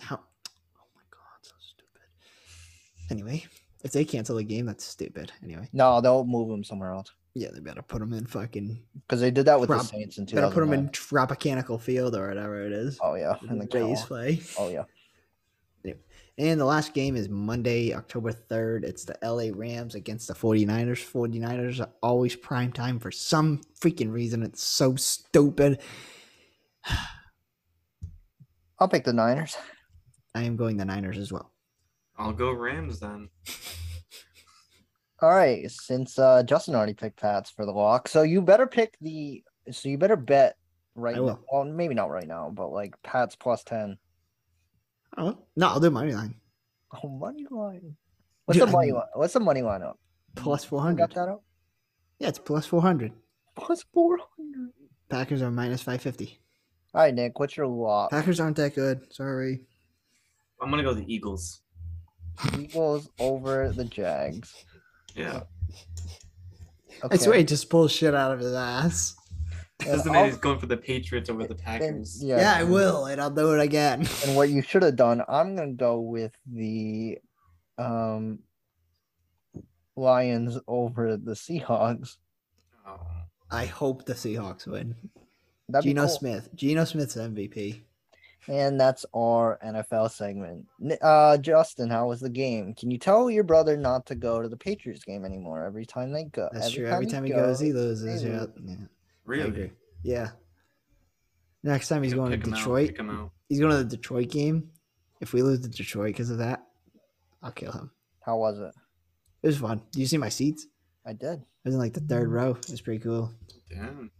Speaker 2: how? Oh my god, so stupid. Anyway, If they cancel the game, that's stupid. Anyway,
Speaker 3: No, they'll move him somewhere else
Speaker 2: yeah, they better put them in fucking.
Speaker 3: because they did that with the
Speaker 2: Prob-
Speaker 3: Saints in
Speaker 2: Better put them
Speaker 3: 2009.
Speaker 2: in Tropicanical Field or whatever it is.
Speaker 3: Oh yeah,
Speaker 2: in
Speaker 3: and the
Speaker 2: the Rays
Speaker 3: Cowboys.
Speaker 2: play.
Speaker 3: Oh yeah,
Speaker 2: And the last game is Monday, October 3rd. It's the LA Rams against the 49ers. 49ers are always prime time for some freaking reason. It's so stupid.
Speaker 3: I'll pick the Niners.
Speaker 2: I am going the Niners as well.
Speaker 4: I'll go Rams then.
Speaker 3: All right, since uh, Justin already picked Pats for the lock, so you better pick the. So you better bet right.
Speaker 2: I
Speaker 3: now.
Speaker 2: will.
Speaker 3: Well, maybe not right now, but like Pats plus ten.
Speaker 2: Oh, no, I'll do money line.
Speaker 3: Oh, money line. What's
Speaker 2: Dude, I
Speaker 3: the money
Speaker 2: mean-
Speaker 3: line? What's the money line up?
Speaker 2: Plus
Speaker 3: You Got
Speaker 2: 400.
Speaker 3: that up?
Speaker 2: Yeah, it's plus 400.
Speaker 3: Plus four hundred.
Speaker 2: Packers are minus 550.
Speaker 3: All right, Nick. What's your lock?
Speaker 2: Packers aren't that good. Sorry.
Speaker 4: I'm gonna go the Eagles.
Speaker 3: Eagles over the Jags.
Speaker 4: Yeah,
Speaker 3: Okay.
Speaker 2: I swear he just pulls shit out of his ass.
Speaker 3: and
Speaker 4: because the
Speaker 3: I'll-
Speaker 4: man is going for the Patriots over the
Speaker 3: then-
Speaker 4: Packers.
Speaker 2: Uh, Yeah, I will, and I'll do it again.
Speaker 3: And what you should have done, I'm gonna go with the um Lions over the Seahawks.
Speaker 4: Oh.
Speaker 2: I hope the Seahawks win.
Speaker 3: That'd be
Speaker 2: Geno
Speaker 3: cool.
Speaker 2: Smith. Geno Smith's MVP.
Speaker 3: And that's our NFL segment. N- Uh, Justin, how was the game? Can you tell your brother not to go to the Patriots game anymore? Every time they go,
Speaker 2: That's true. Every time he goes, he loses.
Speaker 3: they
Speaker 2: Yeah.
Speaker 3: lose.
Speaker 2: yeah. I
Speaker 4: Really?
Speaker 2: agree. Yeah. Next time he's
Speaker 4: Yeah,
Speaker 2: going to
Speaker 4: pick 'em out,
Speaker 2: Detroit.
Speaker 4: pick 'em out.
Speaker 2: He's going to the Detroit game. If we lose to Detroit because of that, I'll kill him.
Speaker 3: How was it?
Speaker 2: It was fun. Did you see my seats?
Speaker 3: I did.
Speaker 2: I was in like the third row. It was pretty cool.
Speaker 4: Damn.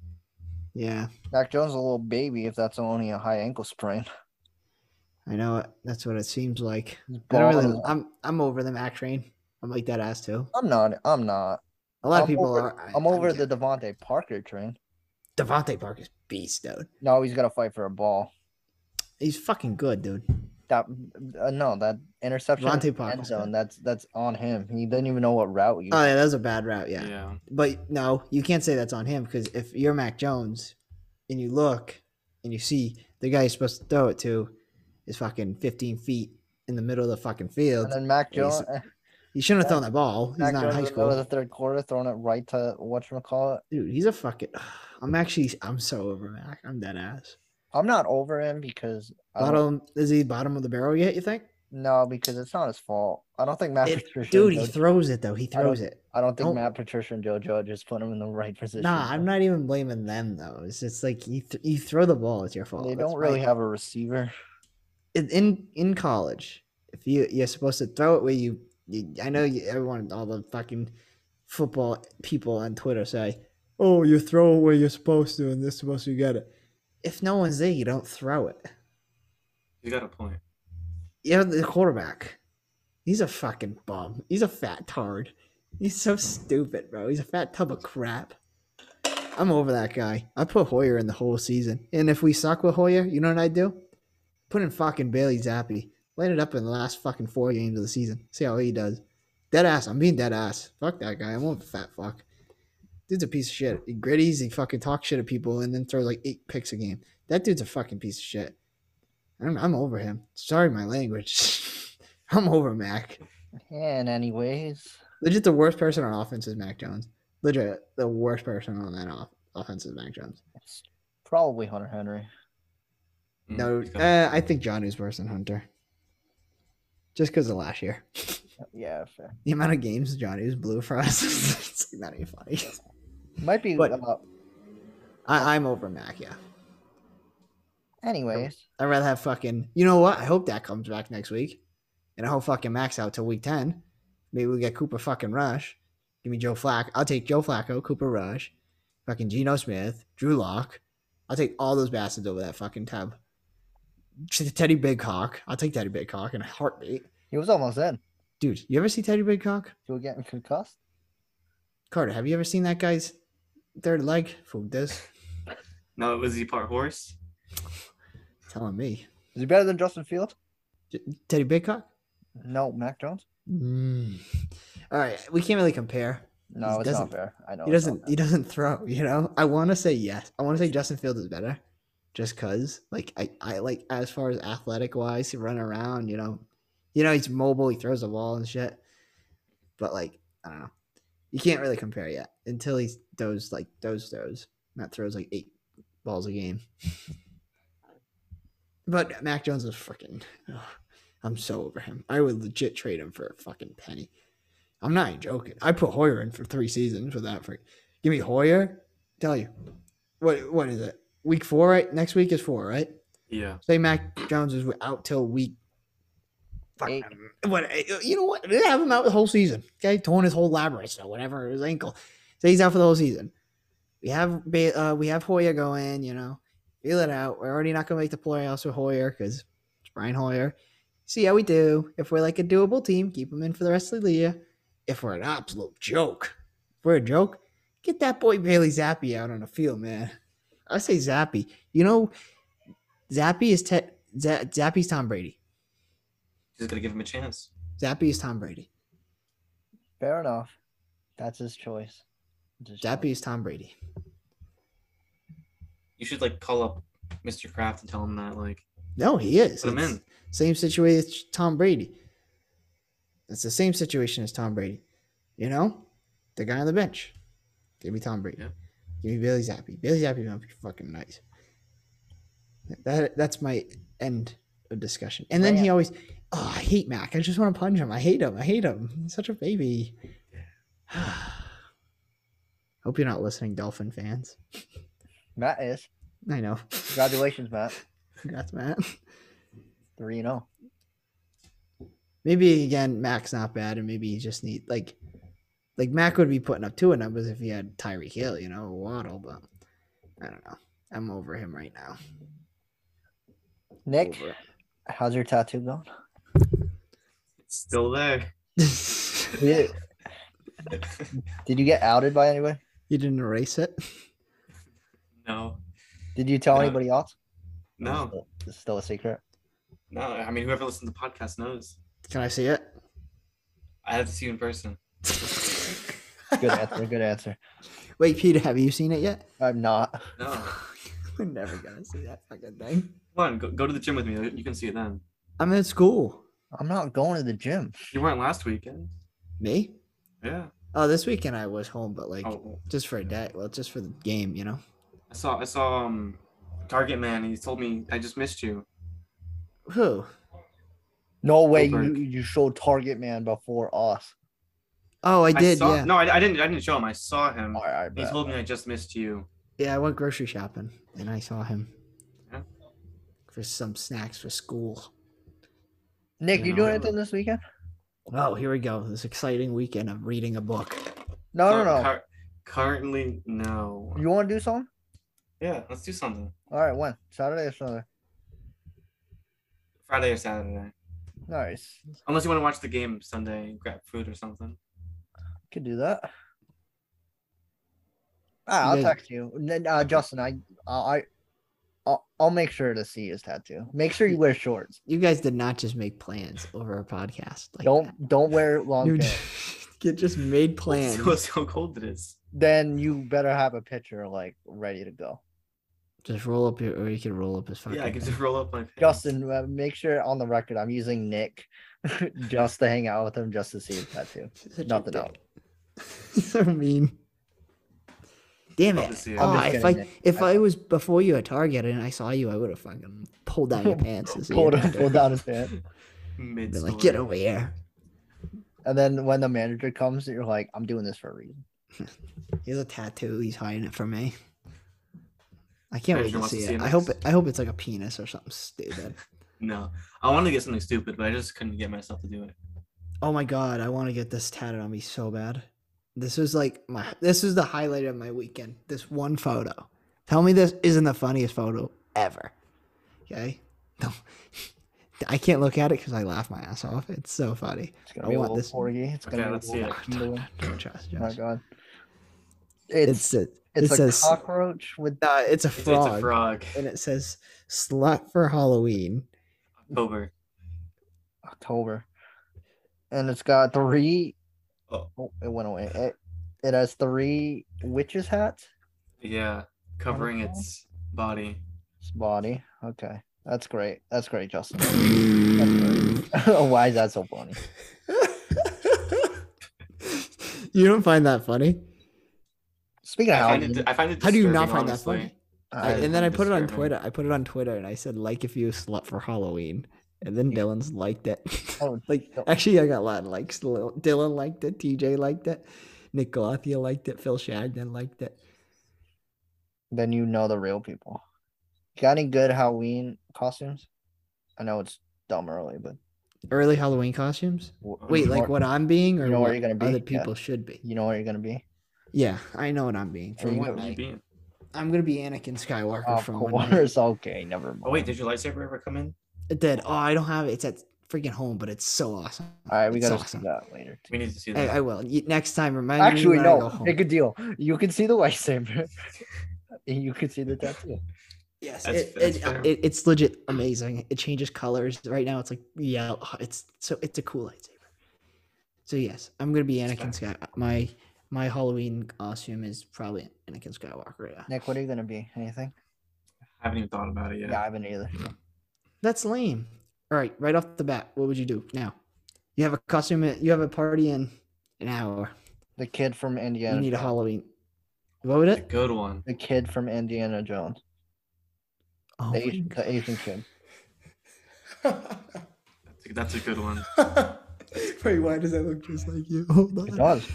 Speaker 2: Yeah,
Speaker 3: Mac Jones is a little baby. If that's only a high ankle sprain,
Speaker 2: I know. it. That's what it seems like.
Speaker 3: He's
Speaker 2: I don't really.
Speaker 3: balling.
Speaker 2: I'm I'm over the Mac train. I'm like that ass too.
Speaker 3: I'm not. I'm not.
Speaker 2: A lot
Speaker 3: I'm
Speaker 2: of people
Speaker 3: over-
Speaker 2: are. I,
Speaker 3: I'm over the Devontae Parker train.
Speaker 2: Devontae Parker's beast, dude.
Speaker 3: No, he's got to fight for a ball.
Speaker 2: He's fucking good, dude.
Speaker 3: That uh, no, that interception in
Speaker 2: Devontae
Speaker 3: the
Speaker 2: Parker's
Speaker 3: end zone.
Speaker 2: good.
Speaker 3: That's that's on him. He didn't even know what route you.
Speaker 2: Oh yeah, that was a bad route. Yeah.
Speaker 4: Yeah.
Speaker 2: but no, you can't say that's on him because if you're Mac Jones and you look and you see the guy you're supposed to throw it to is fucking 15 feet in the middle of the fucking field,
Speaker 3: and then Mac
Speaker 2: he's-
Speaker 3: Jones. eh,
Speaker 2: you shouldn't have
Speaker 3: Mac-
Speaker 2: thrown that ball. He's
Speaker 3: Mac
Speaker 2: not
Speaker 3: Jones
Speaker 2: in high
Speaker 3: in the middle of the
Speaker 2: school,
Speaker 3: third quarter, throwing it right to what call it.
Speaker 2: dude. He's a fucking. I'm actually. I'm so over Mac. I'm dead ass.
Speaker 3: I'm not over him because I don't-
Speaker 2: Bottom is he bottom of the barrel yet? You think?
Speaker 3: no, because it's not his fault. I don't think Matt
Speaker 2: It-
Speaker 3: Patricia. and
Speaker 2: dude,
Speaker 3: Joe-
Speaker 2: he throws it though. He
Speaker 3: I don't-
Speaker 2: throws it.
Speaker 3: I don't think
Speaker 2: don't-
Speaker 3: Matt Patricia and Joe Judge just put him in the right position.
Speaker 2: Nah, I'm not even blaming them though. It's just like you, th- you throw the ball. It's your fault.
Speaker 3: They
Speaker 2: That's
Speaker 3: don't really
Speaker 2: my-
Speaker 3: have a receiver.
Speaker 2: in in, in college, if you you're supposed to throw it where you, you I know you, everyone all the fucking football people on Twitter say, "Oh, you throw it where you're supposed to, and this is supposed to get it." If no one's there, you don't throw it.
Speaker 4: You got a point.
Speaker 2: You're the quarterback. He's a fucking bum. He's a fat tard. He's so stupid, bro. He's a fat tub of crap. I'm over that guy. I put Hoyer in the whole season. And if we suck with Hoyer, you know what I do? Put in fucking Bailey Zappi. Light it up in the last fucking four games of the season. See how he does. Dead ass. I'm being dead ass. Fuck that guy. I want a fat fuck. Dude's a piece of shit. He gritties. He fucking talks shit at people and then throws like eight picks a game. That dude's a fucking piece of shit. I'm, I'm over him. Sorry, my language. I'm over Mac.
Speaker 3: And anyways,
Speaker 2: Legit, the worst person on offense is Mac Jones. Legit, the worst person on that off- offense is Mac Jones.
Speaker 3: it's probably Hunter Henry.
Speaker 4: Mm,
Speaker 2: No,
Speaker 4: he's got a
Speaker 2: uh, I think John is worse than Hunter. Just because of last year.
Speaker 3: Yeah, fair.
Speaker 2: The amount of games Johnny was blue for us it's not even funny.
Speaker 3: Might be.
Speaker 2: But-
Speaker 3: uh,
Speaker 2: I, I'm over Mac, yeah.
Speaker 3: anyways,
Speaker 2: I'd rather have fucking. You know what? I hope that comes back next week, and I hope fucking Max out till week ten. Maybe we get Cooper fucking Rush. Give me Joe Flacco. I'll take Joe Flacco, Cooper Rush, fucking Geno Smith, Drew Lock. I'll take all those bastards over that fucking tub. T- Teddy Big Cock. I'll take Teddy Big Cock in a heartbeat.
Speaker 3: he was almost in.
Speaker 2: Dude, you ever see Teddy Big Cock?
Speaker 3: He was getting concussed.
Speaker 2: Carter, have you ever seen that guy's third leg? Food this.
Speaker 4: No, was he part horse?
Speaker 2: Telling me.
Speaker 3: Is he better than Justin Field?
Speaker 2: Teddy Big Cock?
Speaker 3: No, Mac Jones.
Speaker 2: Mm. All right. We can't really compare.
Speaker 3: No, it's
Speaker 2: doesn't-
Speaker 3: not fair. I know
Speaker 2: he
Speaker 3: it's not
Speaker 2: doesn't
Speaker 3: fair.
Speaker 2: he doesn't throw you know i want to say yes i want to say justin field is better just because like I, I like as far as athletic wise he run around you know you know he's mobile he throws the ball and shit but like I don't know. You can't really compare yet until he throws like those throws. Matt throws like eight balls a game. but Mac Jones is freaking. I'm so over him. I would legit trade him for a fucking penny. I'm not even joking. I put Hoyer in for three seasons for that. For give me Hoyer. Tell you, what what is it? Week four, right? Next week is four, right?
Speaker 4: Yeah.
Speaker 2: Say Mac Jones is out till week. Fuck,
Speaker 3: Eight.
Speaker 2: what eh, you know? What they have him out the whole season. Okay, torn his whole labrys or whatever his ankle. So he's out for the whole season. We have Ba- uh, we have Hoyer going. You know, feel it out. We're already not gonna make the playoffs with Hoyer because it's Brian Hoyer. See how we do. If we're like a doable team, keep him in for the rest of the year. If we're an absolute joke, if we're a joke, get that boy Bailey Zappi out on the field, man. I say Zappi. You know, Zappy is te- Z- Zappy's Tom Brady.
Speaker 4: Just got to give him a chance.
Speaker 2: Zappy is Tom Brady.
Speaker 3: Fair enough. That's his choice. That's his choice.
Speaker 2: Zappy is Tom Brady.
Speaker 4: You should like call up Mr. Kraft and tell him that like
Speaker 2: No, he is.
Speaker 4: put him
Speaker 2: It's
Speaker 4: in.
Speaker 2: Same situation as Tom Brady. It's the same situation as Tom Brady. You know, the guy on the bench. Give me Tom Brady.
Speaker 4: Yeah.
Speaker 2: Give me Billy Zappi. Billy Zappi might be fucking nice. That that's my end of discussion. And then he
Speaker 3: Rant.
Speaker 2: always, oh, I hate Mac. I just want to punch him. I hate him. I hate him. He's such a baby. Hope you're not listening, Dolphin fans.
Speaker 3: Matt is.
Speaker 2: I know.
Speaker 3: Congratulations, Matt.
Speaker 2: Congrats, Matt.
Speaker 3: Three and oh.
Speaker 2: maybe again Mac's not bad, and maybe he just need like like Mac would be putting up two numbers if he had Tyreek Hill, you know, or Waddle, but I don't know. I'm over him right now.
Speaker 3: Nick,
Speaker 2: Over it.
Speaker 3: how's your tattoo going?
Speaker 4: It's still there.
Speaker 3: Did, did you get outed by anybody?
Speaker 2: you didn't erase it.
Speaker 4: no.
Speaker 3: Did you tell
Speaker 4: No.
Speaker 3: anybody else? Or is
Speaker 4: No.
Speaker 3: it- It's still a secret.
Speaker 4: No. I mean whoever listens to the podcast knows.
Speaker 2: Can I see it?
Speaker 4: I have to see you in person.
Speaker 3: Good answer. Good answer.
Speaker 2: Wait, Peter, have you seen it yet?
Speaker 3: I'm not.
Speaker 4: No. Come
Speaker 2: We're never gonna see that fucking thing.
Speaker 4: on, go, go to the gym with me. You can see it then.
Speaker 2: I'm in school.
Speaker 3: I'm not going to the gym.
Speaker 4: You weren't last weekend.
Speaker 2: Me?
Speaker 4: Yeah.
Speaker 2: Oh, this weekend I was home, but like
Speaker 4: Oh,
Speaker 2: just for a day. Well, just for the game, you know.
Speaker 4: I saw I saw um Target man. He told me I just missed you.
Speaker 2: Who?
Speaker 3: No way. You
Speaker 4: Goldberg.
Speaker 3: you showed Target Man before us.
Speaker 2: Oh, I did.
Speaker 4: saw,
Speaker 2: yeah.
Speaker 4: No, I, I didn't. I didn't show him. I saw him.
Speaker 3: All right.
Speaker 4: He
Speaker 3: bet.
Speaker 4: told me I just missed you.
Speaker 2: Yeah, I went grocery shopping and I saw him.
Speaker 4: Yeah.
Speaker 2: For some snacks for school.
Speaker 3: Nick, you
Speaker 4: No,
Speaker 3: doing
Speaker 4: I
Speaker 3: anything this weekend?
Speaker 2: Oh, here we go. This exciting weekend of reading a book.
Speaker 3: No, no,
Speaker 4: Cur-
Speaker 3: no.
Speaker 4: cur- currently, no.
Speaker 3: You want to do something?
Speaker 4: Yeah, let's do something.
Speaker 3: All right. When? Saturday or Sunday?
Speaker 4: Friday or Saturday.
Speaker 3: Nice.
Speaker 4: Unless you want to watch the game Sunday, and grab food or something.
Speaker 3: Could do that. Ah, I'll
Speaker 2: Yeah.
Speaker 3: text you. And then, Uh, Justin, I, I, I'll, I'll make sure to see his tattoo. Make sure you wear shorts.
Speaker 2: You guys did not just make plans over a podcast. Like
Speaker 3: Don't
Speaker 2: that.
Speaker 3: don't wear long
Speaker 2: You
Speaker 3: pants.
Speaker 2: ju- just made plans.
Speaker 4: So it's how cold it is.
Speaker 3: Then you better have a picture like ready to go.
Speaker 2: Just roll up your, or you can roll up his fucking.
Speaker 4: Yeah, I can
Speaker 2: thing.
Speaker 4: just roll up my pants.
Speaker 3: Justin, uh, make sure on the record I'm using Nick just to hang out with him just to see his tattoo.
Speaker 2: Such a
Speaker 3: nothing
Speaker 2: dick.
Speaker 3: else.
Speaker 2: so mean. Damn
Speaker 4: Love
Speaker 2: it!
Speaker 4: to see it.
Speaker 2: Oh,
Speaker 4: I'm
Speaker 3: just
Speaker 2: if
Speaker 3: kidding,
Speaker 2: I
Speaker 3: Nick.
Speaker 2: if
Speaker 3: I-
Speaker 2: I was before you at Target and I saw you, I would have fucking pulled down your pants. to see your
Speaker 3: Pulled, him-
Speaker 2: tattoo.
Speaker 3: pulled down his pants.
Speaker 4: Mid
Speaker 2: Been like, get over here.
Speaker 3: And then when the manager comes, you're like, I'm doing this for a reason.
Speaker 2: Here's a tattoo. He's hiding it from me. I can't
Speaker 4: Manager
Speaker 2: wait to
Speaker 4: wants
Speaker 2: see
Speaker 4: to
Speaker 2: it.
Speaker 4: see it
Speaker 2: I hope it,
Speaker 4: next.
Speaker 2: I hope it's like a penis or something stupid.
Speaker 4: No, I wanted to get something stupid, but I just couldn't get myself to do it.
Speaker 2: oh my god, I want to get this tatted on me so bad. This was like my this is the highlight of my weekend. This one photo. Tell me this isn't the funniest photo ever. Okay? No. I can't look at it because I laugh my ass off. It's so funny.
Speaker 3: It's gonna
Speaker 2: I
Speaker 3: be a
Speaker 2: want
Speaker 3: little
Speaker 2: this-
Speaker 3: corgi. It's gonna
Speaker 4: Okay,
Speaker 3: be
Speaker 4: let's
Speaker 3: a
Speaker 4: see
Speaker 3: little
Speaker 4: it.
Speaker 2: Don't,
Speaker 3: little-
Speaker 2: don't, don't trust
Speaker 3: Oh my
Speaker 2: Josh.
Speaker 3: god.
Speaker 2: It's
Speaker 3: It's
Speaker 2: a,
Speaker 3: it's,
Speaker 2: it
Speaker 3: a
Speaker 2: says-
Speaker 3: cockroach with
Speaker 2: uh, it's a
Speaker 4: It's, it's a
Speaker 2: frog.
Speaker 4: frog.
Speaker 2: And it says slut for Halloween.
Speaker 4: October.
Speaker 3: October, and it's got three
Speaker 4: Oh.
Speaker 3: oh it went away. It, it has three witches hats.
Speaker 4: Yeah, covering its body.
Speaker 3: It's body. Okay, that's great. That's great, Justin. That's great. Why is that so funny?
Speaker 2: You don't find that funny?
Speaker 3: Speaking
Speaker 4: I
Speaker 3: of
Speaker 4: find
Speaker 3: Halloween,
Speaker 4: it. I find it.
Speaker 2: How do you not
Speaker 4: disturbing,
Speaker 2: find that
Speaker 4: honestly.
Speaker 2: funny? I,
Speaker 3: I,
Speaker 2: and then I put it on
Speaker 4: disturbing.
Speaker 2: Twitter. I put it on Twitter and I said, like if you a slut for Halloween. And then Dylan's liked it.
Speaker 3: Oh,
Speaker 2: like
Speaker 3: Dylan.
Speaker 2: actually I got a lot of likes. Lil- Dylan liked it, TJ liked it, Nick Galathia liked it, Phil Shagden liked it.
Speaker 3: then you know the real people. Got any good Halloween costumes? I know it's dumb early, but
Speaker 2: Early Halloween costumes?
Speaker 3: w-
Speaker 2: Wait,
Speaker 3: you know
Speaker 2: like
Speaker 3: where-
Speaker 2: what I'm being or
Speaker 3: you know
Speaker 2: what
Speaker 3: where you're gonna be?
Speaker 2: other
Speaker 3: Yeah.
Speaker 2: people should be.
Speaker 3: You know where you're gonna be?
Speaker 2: Yeah, I know what I'm being. From
Speaker 3: you
Speaker 2: what
Speaker 3: know-
Speaker 4: Would you
Speaker 2: night.
Speaker 4: be-
Speaker 2: I'm gonna be Anakin Skywalker
Speaker 3: Of
Speaker 2: from one night.
Speaker 3: course. Okay, never mind.
Speaker 4: Oh wait, did your lightsaber ever come in?
Speaker 2: It did. Oh, I don't have it. It's at freaking home, but it's so awesome.
Speaker 3: All right, we
Speaker 2: It's
Speaker 3: gotta
Speaker 2: awesome.
Speaker 3: see that later.
Speaker 4: We need to see
Speaker 2: I,
Speaker 4: that.
Speaker 2: I will. You- Next time, remind me.
Speaker 3: Actually,
Speaker 2: when I go
Speaker 3: no.
Speaker 2: home.
Speaker 3: Make a deal. You can see the lightsaber, and you can see the tattoo.
Speaker 2: Yes,
Speaker 4: That's-
Speaker 2: it,
Speaker 4: that's
Speaker 2: it,
Speaker 4: fair.
Speaker 2: it- it's legit amazing. It changes colors. Right now, it's like yeah, oh, it's so it's a cool lightsaber. So yes, I'm gonna be Anakin Sky. My my Halloween costume is probably Anakin Skywalker. Yeah,
Speaker 3: Nick, what are you gonna be? Anything?
Speaker 4: I haven't even thought about it
Speaker 3: Yeah,
Speaker 4: yet.
Speaker 3: I haven't either.
Speaker 2: that's lame. All right, right off the bat, what would you do now? You have a costume. at- You have a party in an hour.
Speaker 3: The kid from Indiana.
Speaker 2: you need a
Speaker 3: Jones.
Speaker 2: Halloween. What would
Speaker 4: It's a
Speaker 2: it?
Speaker 4: good one.
Speaker 3: The kid from Indiana Jones.
Speaker 2: Oh,
Speaker 3: The
Speaker 2: my
Speaker 3: Asian,
Speaker 2: God.
Speaker 3: the Asian kid.
Speaker 4: That's a, that's a good one.
Speaker 2: Wait, why does that look just like you? Hold on.
Speaker 3: It does.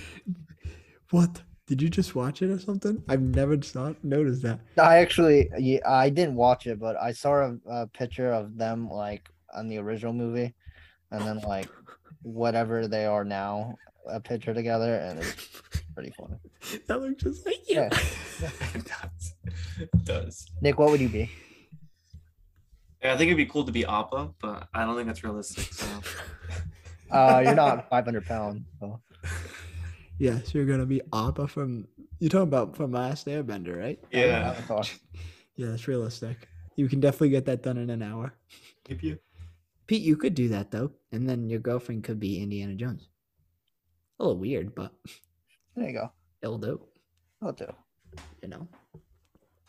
Speaker 2: What? Did you just watch it or something? I've never saw noticed that.
Speaker 3: I actually, yeah, I didn't watch it, but I saw a, a picture of them like on the original movie, and then like whatever they are now, a picture together, and it's pretty funny.
Speaker 2: That looked just like you.
Speaker 3: Yeah.
Speaker 4: it does. It does.
Speaker 3: Nick, what would you be?
Speaker 4: Yeah, I think it'd be cool to be Appa, but I don't think that's realistic. So
Speaker 3: Uh, you're not 500 pounds. So.
Speaker 2: Yes, you're gonna be Appa from you're talking about from Last Airbender, right?
Speaker 3: Yeah.
Speaker 2: Yeah, that's realistic. You can definitely get that done in an hour.
Speaker 4: If you-
Speaker 2: Pete, you could do that though, and then your girlfriend could be Indiana Jones. A little weird, but
Speaker 3: There you go.
Speaker 2: it'll do.
Speaker 3: I'll do.
Speaker 2: You know,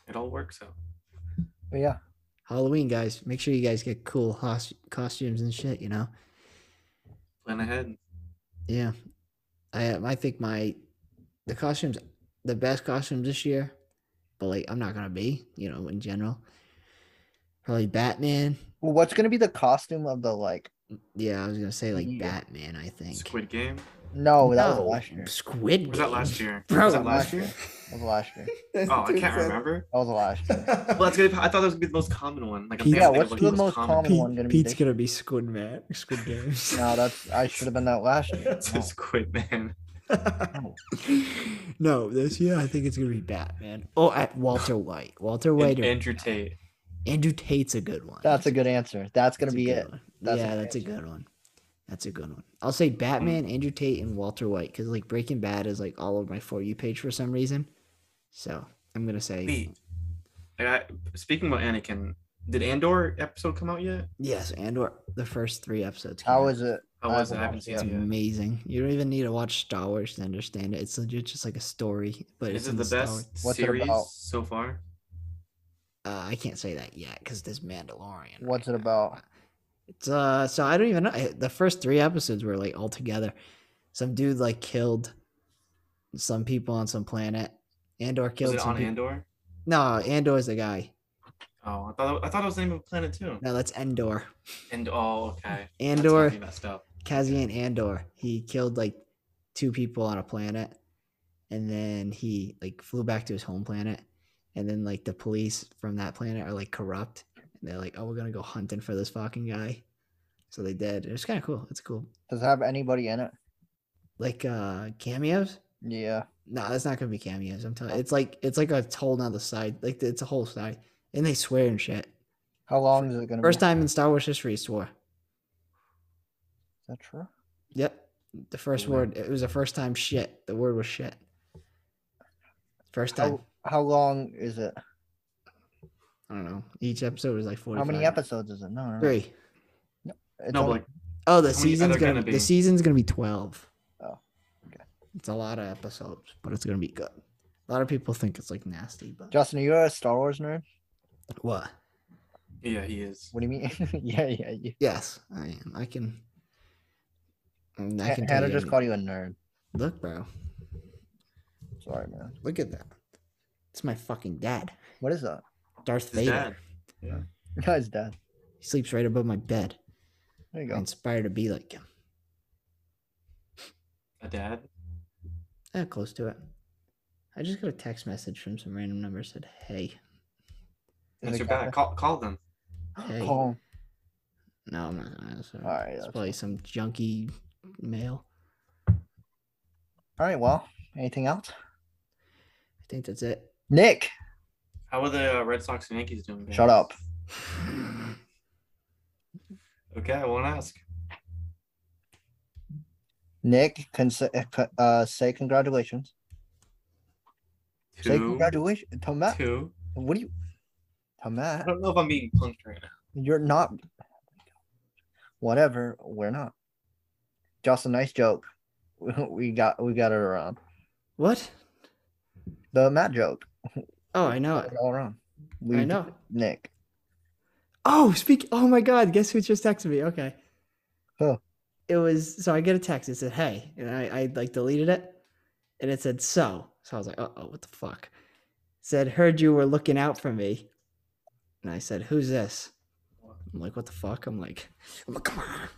Speaker 4: it all works out.
Speaker 3: But yeah,
Speaker 2: Halloween, guys. Make sure you guys get cool hos- costumes and shit. You know.
Speaker 4: Plan ahead.
Speaker 2: Yeah, I um, I think my the costumes the best costumes this year, but like I'm not gonna be you know in general. Probably Batman.
Speaker 3: well, what's gonna be the costume of the like?
Speaker 2: Yeah, I was gonna say like
Speaker 3: Yeah.
Speaker 2: Batman. I think.
Speaker 4: Squid Game.
Speaker 3: No, Oh, that
Speaker 2: No,
Speaker 3: was last year.
Speaker 2: Squid.
Speaker 4: Was that last
Speaker 2: Game.
Speaker 4: year?
Speaker 2: Bro,
Speaker 4: was that last year?
Speaker 3: That was last year.
Speaker 4: Oh, I can't remember.
Speaker 3: That was last year.
Speaker 4: Well, that's good. I thought that was gonna be the most common one. Like, I'm
Speaker 2: Yeah,
Speaker 4: thinking
Speaker 3: what's
Speaker 4: of, like,
Speaker 3: the most common one gonna be
Speaker 2: Pete's
Speaker 3: this
Speaker 2: gonna be Squid Man. Squid Games.
Speaker 3: No, that's I should have been that last year.
Speaker 4: It's Squid Man.
Speaker 3: No,
Speaker 2: no, this year I think it's gonna be Batman. Oh, at Walter White. Walter
Speaker 4: And
Speaker 2: White. or-
Speaker 4: Andrew Tate.
Speaker 2: Andrew Tate's a good one.
Speaker 3: that's a good answer. That's gonna
Speaker 2: That's a
Speaker 3: be
Speaker 2: good
Speaker 3: it.
Speaker 2: one.
Speaker 3: That's a
Speaker 2: yeah,
Speaker 3: good
Speaker 2: that's a
Speaker 3: answer. Hmm.
Speaker 2: good one. That's a good one. I'll say Batman, Andrew Tate, and Walter White because like Breaking Bad is like all over my for you page for some reason. So I'm gonna say
Speaker 4: Wait. I got, speaking about Anakin, did Andor episode come out yet?
Speaker 2: yes, and/or the first three episodes. came
Speaker 3: How
Speaker 2: out.
Speaker 3: is it?
Speaker 4: How
Speaker 3: I
Speaker 4: was it? I haven't
Speaker 3: haven't
Speaker 4: seen
Speaker 2: It's
Speaker 4: it yet.
Speaker 2: amazing. You don't even need to watch Star Wars to understand it. It's legit just like a story, but it's
Speaker 4: Is it
Speaker 2: in
Speaker 4: the
Speaker 2: Star Wars.
Speaker 4: best
Speaker 3: What's it
Speaker 4: series
Speaker 3: about?
Speaker 4: so far?
Speaker 2: Uh, I can't say that yet because there's Mandalorian.
Speaker 3: What's
Speaker 2: right
Speaker 3: it
Speaker 2: now.
Speaker 3: about?
Speaker 2: It's uh, so I don't even know. I- The first three episodes were like all together. Some dude like killed some people on some planet. Andor
Speaker 4: Was
Speaker 2: killed
Speaker 4: it
Speaker 2: some
Speaker 4: on
Speaker 2: peop-
Speaker 4: Andor?
Speaker 2: No, Andor's the guy.
Speaker 4: Oh, I thought I thought it was the name of a planet too.
Speaker 2: No, that's Endor.
Speaker 4: And oh, okay. That's gotta
Speaker 2: Andor,
Speaker 4: be messed up.
Speaker 2: Kazian Andor. He killed like two people on a planet, and then he like flew back to his home planet, and then like the police from that planet are like corrupt, and they're like, "Oh, we're gonna go hunting for this fucking guy." So they did. It was kind of cool. It's cool.
Speaker 3: Does it have anybody in it?
Speaker 2: Like uh cameos.
Speaker 3: Yeah.
Speaker 2: No, that's not gonna be cameos. I'm
Speaker 3: Oh.
Speaker 2: telling. It's like it's like a whole nother side. Like it's a whole side, and they swear and shit.
Speaker 3: How long is it gonna
Speaker 2: First
Speaker 3: be?
Speaker 2: time in Star Wars history, swore.
Speaker 3: Is that true?
Speaker 2: Yep, the first
Speaker 4: Wow.
Speaker 2: word. It was the first time. Shit. The word was shit. First time.
Speaker 3: How how long is it?
Speaker 2: I don't know. Each episode was like forty.
Speaker 3: How many episodes is it? No, no, no.
Speaker 2: Three.
Speaker 3: It's
Speaker 4: No, but
Speaker 3: only-
Speaker 4: like
Speaker 2: Oh, the
Speaker 4: How many are
Speaker 2: season's
Speaker 4: there
Speaker 2: gonna,
Speaker 4: gonna
Speaker 2: be
Speaker 4: be?
Speaker 2: the season's gonna be twelve.
Speaker 3: Oh, okay.
Speaker 2: It's a lot of episodes, but it's gonna be good. A lot of people think it's like nasty, but
Speaker 3: Justin, you're a Star Wars nerd.
Speaker 2: what?
Speaker 4: yeah, he is.
Speaker 3: What do you mean? yeah, yeah. You...
Speaker 2: Yes, I am. I can. I can. tell
Speaker 3: Hannah
Speaker 2: you
Speaker 3: just
Speaker 2: any-
Speaker 3: called you a nerd.
Speaker 2: Look, bro.
Speaker 3: Sorry, man.
Speaker 2: Look at that. It's my fucking dad,
Speaker 3: What is that?
Speaker 2: Darth
Speaker 4: His
Speaker 2: Vader.
Speaker 4: dad.
Speaker 3: Guy's dead.
Speaker 2: He sleeps right above my bed.
Speaker 3: There you
Speaker 2: I
Speaker 3: go.
Speaker 2: inspire to be like him.
Speaker 4: A dad.
Speaker 2: Eh, close to it. I just got a text message from some random number said, "Hey,
Speaker 3: Is
Speaker 4: That's
Speaker 3: it
Speaker 4: your dad.
Speaker 3: Kevin?
Speaker 4: Call, call them.
Speaker 2: hey."
Speaker 3: Call him.
Speaker 2: No, I'm not. gonna answer.
Speaker 3: All right,
Speaker 2: it's
Speaker 3: that's
Speaker 2: probably some junky mail.
Speaker 3: All right. Well, anything else?
Speaker 2: I think that's it.
Speaker 3: Nick,
Speaker 4: How are the uh, Red Sox and Yankees doing?
Speaker 3: shut
Speaker 4: guys?
Speaker 3: up.
Speaker 4: Okay, I won't ask.
Speaker 3: Nick, can say, uh, c- uh, say congratulations. Say
Speaker 4: Two,
Speaker 3: congratulations. Tomat,
Speaker 4: two.
Speaker 3: what do you?
Speaker 4: I
Speaker 3: Tomat,
Speaker 4: don't know if I'm being punked right now.
Speaker 3: you're not. Whatever, we're not. Just a nice joke. We got we got it around.
Speaker 2: What?
Speaker 3: The Matt joke.
Speaker 2: Oh, I know
Speaker 3: Got
Speaker 2: it.
Speaker 3: it all around. We
Speaker 2: I
Speaker 3: did
Speaker 2: know.
Speaker 3: it, Nick.
Speaker 2: Oh, speak. Oh my God! Guess who just texted me? Okay.
Speaker 3: Who?
Speaker 2: It was so I get a text. It said, "Hey," and I, I like deleted it, and it said, "So." So I was like, "Uh oh, what the fuck?" Said, "Heard you were looking out for me," and I said, "Who's this?" I'm like, "What the fuck?" I'm like, I'm like, "Come on!"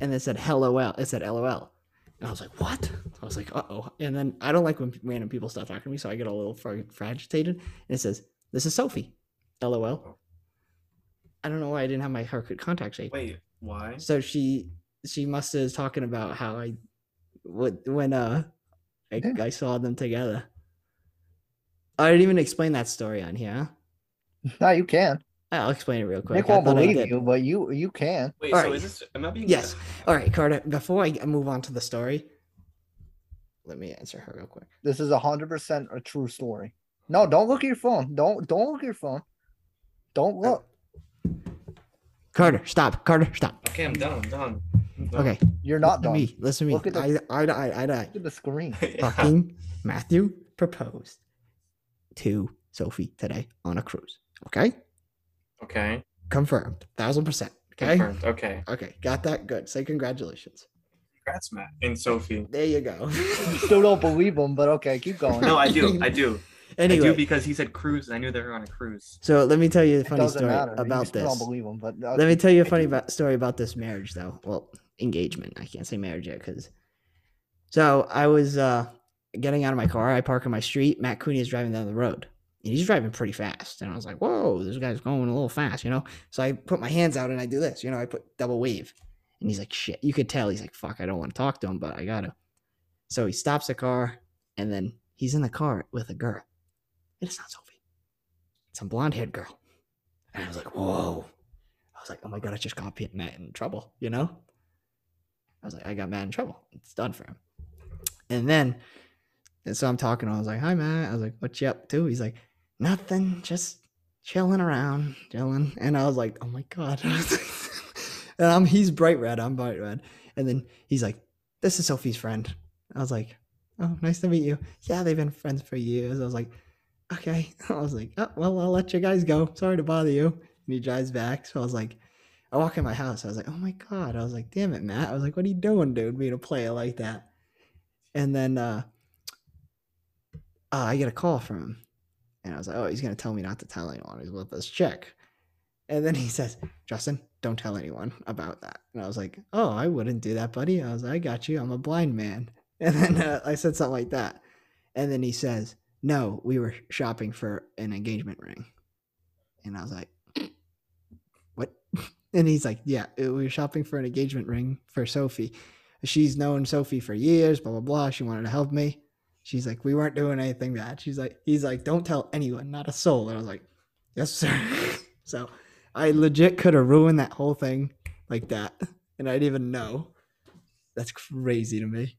Speaker 2: And it said, "LOL." It said, "LOL." And I was like, "What?" I was like, "Uh oh!" And then I don't like when random people stop talking to me, so I get a little fr- fragitated. And it says, "This is Sophie." LOL. I don't know why I didn't have my Harcourt contact saved.
Speaker 4: Wait, why?
Speaker 2: So she she must have talking about how I what when uh I,
Speaker 3: Yeah.
Speaker 2: I saw them together. I didn't even explain that story on here.
Speaker 3: No, you can.
Speaker 2: huh? I'll explain it real quick.
Speaker 3: Nick
Speaker 2: I
Speaker 3: won't
Speaker 2: thought I
Speaker 3: believe
Speaker 2: did.
Speaker 3: you, but you you can.
Speaker 4: Wait, so
Speaker 2: Alright.
Speaker 4: is this? Am I being?
Speaker 2: Yes. All right, Carter. Before I move on to the story, let me answer her real quick.
Speaker 3: This is hundred percent a true story. No, don't look at your phone. Don't don't look at your phone. Don't look.
Speaker 2: Carter, stop. Carter, stop.
Speaker 4: Okay, I'm done. I'm done. I'm done.
Speaker 2: Okay,
Speaker 3: You're not
Speaker 2: listen to
Speaker 3: done. Look
Speaker 2: me. Listen to me.
Speaker 3: Look at
Speaker 2: I I I I I.
Speaker 3: at the screen.
Speaker 4: Yeah.
Speaker 2: fucking Matthew proposed to Sophie today on a cruise. Okay?
Speaker 4: Okay.
Speaker 2: Confirmed. Thousand percent. Okay.
Speaker 4: Confirmed. Okay.
Speaker 2: Okay. Got that. Good. Say congratulations.
Speaker 4: Congrats, Matt and Sophie.
Speaker 2: There you go.
Speaker 3: You still don't believe him, but okay, keep going.
Speaker 4: No, I do. I do. I do
Speaker 2: anyway,
Speaker 4: because he said cruise. and I knew they were on a cruise.
Speaker 2: so let me tell you a
Speaker 3: it
Speaker 2: funny
Speaker 3: doesn't
Speaker 2: story
Speaker 3: matter. You
Speaker 2: about
Speaker 3: still
Speaker 2: this.
Speaker 3: don't believe him, but
Speaker 2: Let me tell you a
Speaker 3: I
Speaker 2: funny
Speaker 3: do.
Speaker 2: about, story about this marriage, though. Well, engagement. I can't say marriage yet because. So I was uh, getting out of my car. I park on my street. Matt Cooney is driving down the road, and he's driving pretty fast. And I was like, "Whoa, this guy's going a little fast," you know. So I put my hands out and I do this, you know. I put double wave, and he's like, "Shit!" You could tell he's like, "Fuck, I don't want to talk to him, but I gotta." So he stops the car, and then he's in the car with a girl. And it's not Sophie. It's some blonde-haired girl. And I was like, "Whoa." I was like, oh my god, I just got Pete- Matt in trouble, you know? I was like, I got Matt in trouble. It's done for him. And then, and so I'm talking. I was like, hi, Matt. I was like, what you up to? He's like, nothing, just chilling around, chilling. And I was like, oh my god. and I'm, he's bright red. I'm bright red. And then he's like, this is Sophie's friend. I was like, oh, nice to meet you. Yeah, they've been friends for years. I was like, okay. I was like, oh, well, I'll let you guys go. Sorry to bother you and he drives back. So I was like, I walk in my house. I was like, oh my god. I was like, damn it, Matt. I was like, what are you doing, dude? Being a player like that. And then uh, uh I get a call from him, and I was like, oh, he's gonna tell me not to tell anyone. He's with this chick. And then he says, Justin, don't tell anyone about that. And I was like, oh, I wouldn't do that, buddy. I was like, I got you. I'm a blind man. And then uh, I said something like that. And then he says, no, we were shopping for an engagement ring. And I was like, what? And he's like, yeah, uh, we were shopping for an engagement ring for Sophie. She's known Sophie for years, blah, blah, blah. She wanted to help me. She's like, we weren't doing anything bad. She's like, he's like, don't tell anyone, not a soul. And I was like, yes, sir. so I legit could have ruined that whole thing like that. And I didn't even know. That's crazy to me.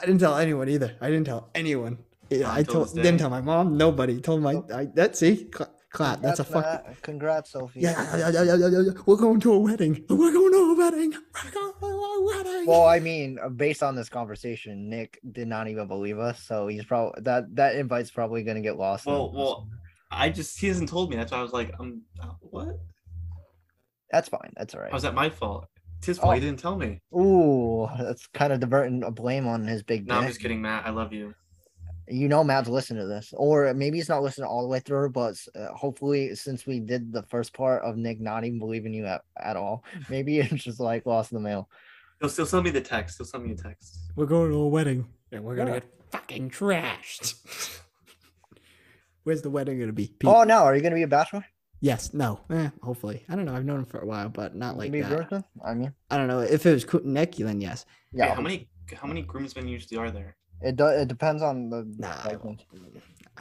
Speaker 2: I didn't tell anyone either. I didn't tell anyone. Yeah, I
Speaker 4: Until this
Speaker 2: told, didn't
Speaker 4: day.
Speaker 2: tell my mom. Nobody told my. I, that see, cla clap. That's a fuck.
Speaker 3: Matt. Congrats, Sophie.
Speaker 2: Yeah, yeah, yeah, yeah, yeah, yeah, yeah. We're going to a wedding. We're going to a wedding. We're going to a wedding.
Speaker 3: Well, I mean, uh, based on this conversation, Nick did not even believe us, so he's probably that that invite's probably gonna get lost. in the
Speaker 4: Well,
Speaker 3: post.
Speaker 4: well, I just he hasn't told me. That's why I was like, um, uh, what?
Speaker 3: that's fine. That's all right.
Speaker 4: How's that my fault? It's his fault. He
Speaker 3: Oh.
Speaker 4: didn't tell me.
Speaker 3: Ooh, that's kind of diverting a blame on his big.
Speaker 4: No, I'm
Speaker 3: dick.
Speaker 4: just kidding, Matt. I love you.
Speaker 3: You know, Mavs listen to this, or maybe he's not listening all the way through, but uh, hopefully, since we did the first part of Nick not even believing you at, at all, maybe it's just like lost in the mail.
Speaker 4: He'll still send me the text. He'll send me a text.
Speaker 6: We're going to a wedding and we're gonna
Speaker 3: Yeah.
Speaker 6: get fucking trashed.
Speaker 2: Where's the wedding gonna be? Pete?
Speaker 3: Oh no, are you gonna be a bachelor?
Speaker 2: Yes. No. Eh, hopefully. I don't know. I've known him for a while, but not like
Speaker 3: be a
Speaker 2: that.
Speaker 3: groomsman? I mean,
Speaker 2: I don't know. If it was Nick, then yes.
Speaker 4: Yeah.
Speaker 3: yeah,
Speaker 4: how many how many groomsmen usually are there?
Speaker 3: it do, it depends on the.
Speaker 2: Nah, I
Speaker 3: like,
Speaker 4: Doesn't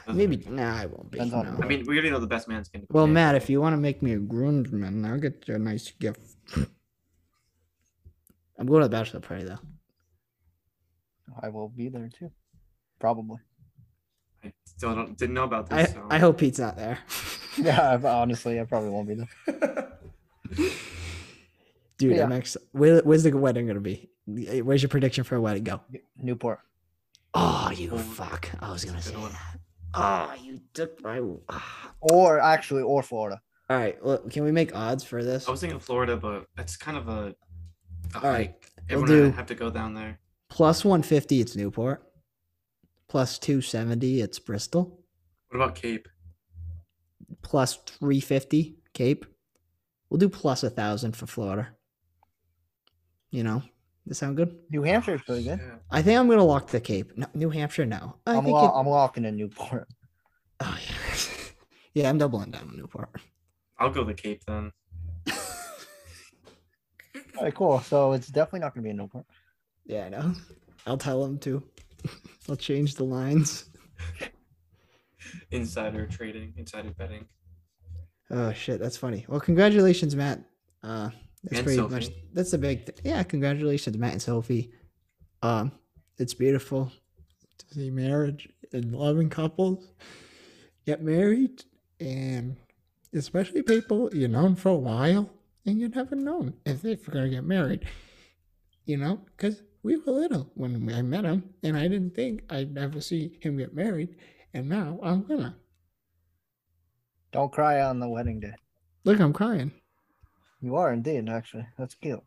Speaker 2: Maybe.
Speaker 4: matter.
Speaker 2: Nah, I won't be.
Speaker 3: Depends on-
Speaker 2: no.
Speaker 4: I mean, we already know the best man's gonna. be
Speaker 2: well,
Speaker 4: there.
Speaker 2: Matt, if you want to make me a groomsman, I'll get you a nice gift. I'm going to the bachelor party though.
Speaker 3: I will be there too, probably.
Speaker 4: I still don't didn't know about
Speaker 2: I,
Speaker 4: this. so.
Speaker 2: I hope Pete's not there.
Speaker 3: Yeah, I, honestly, I probably won't be there.
Speaker 2: Dude,
Speaker 3: Yeah.
Speaker 2: I'm ex- Where, where's the wedding gonna be? Where's your prediction for a wedding? Go.
Speaker 3: Newport.
Speaker 2: Oh, you
Speaker 4: Oh,
Speaker 2: fuck! I was gonna
Speaker 4: that's a
Speaker 2: say
Speaker 4: good one.
Speaker 2: that. Oh, you took my. ah.
Speaker 3: or actually or Florida.
Speaker 2: All right, well, can we make odds for this?
Speaker 4: I was thinking Florida, but that's kind of a. a
Speaker 2: All right,
Speaker 4: hike.
Speaker 2: we'll
Speaker 4: Everyone
Speaker 2: do-
Speaker 4: have to go down there.
Speaker 2: Plus 150, it's Newport. Plus 270, it's Bristol.
Speaker 4: What about Cape?
Speaker 2: Plus 350, Cape. We'll do plus a 1,000 for Florida. You know, does that sound good?
Speaker 3: New Hampshire's pretty good.
Speaker 4: Yeah.
Speaker 2: I think I'm going to lock the Cape. No, New Hampshire, no. I
Speaker 3: I'm,
Speaker 2: think
Speaker 3: lo-
Speaker 2: it-
Speaker 3: I'm walking in Newport.
Speaker 2: oh, yeah. yeah, I'm doubling down on Newport.
Speaker 4: I'll go the Cape then.
Speaker 3: All right, cool. So it's definitely not going to be in Newport.
Speaker 2: Yeah, I know. I'll tell them to. I'll change the lines.
Speaker 4: Insider trading, insider betting.
Speaker 2: Oh shit, that's funny. Well, congratulations, Matt. Uh, that's
Speaker 4: And
Speaker 2: pretty
Speaker 4: Sophie.
Speaker 2: much that's the big th- yeah. Congratulations, Matt and Sophie. Um, it's beautiful to see marriage and loving couples get married, and especially people you known for a while, and you never known if they're gonna get married. You know, because we were little when I met him, and I didn't think I'd ever see him get married, and now I'm gonna
Speaker 3: Don't cry on the wedding day.
Speaker 2: look. I'm crying.
Speaker 3: You are indeed, actually. That's cute.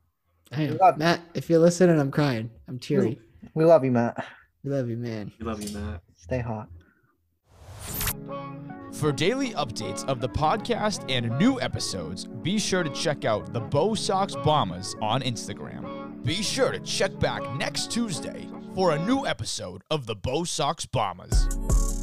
Speaker 2: I am.
Speaker 3: love-
Speaker 2: Matt, if you're listening, I'm crying. I'm teary.
Speaker 3: We love you, Matt.
Speaker 2: We love you, man.
Speaker 4: We love you, Matt.
Speaker 3: Stay hot.
Speaker 7: For daily updates of the podcast and new episodes, be sure to check out the Bow Sox Bombers on Instagram. Be sure to check back next Tuesday for a new episode of the Bow Sox Bombers.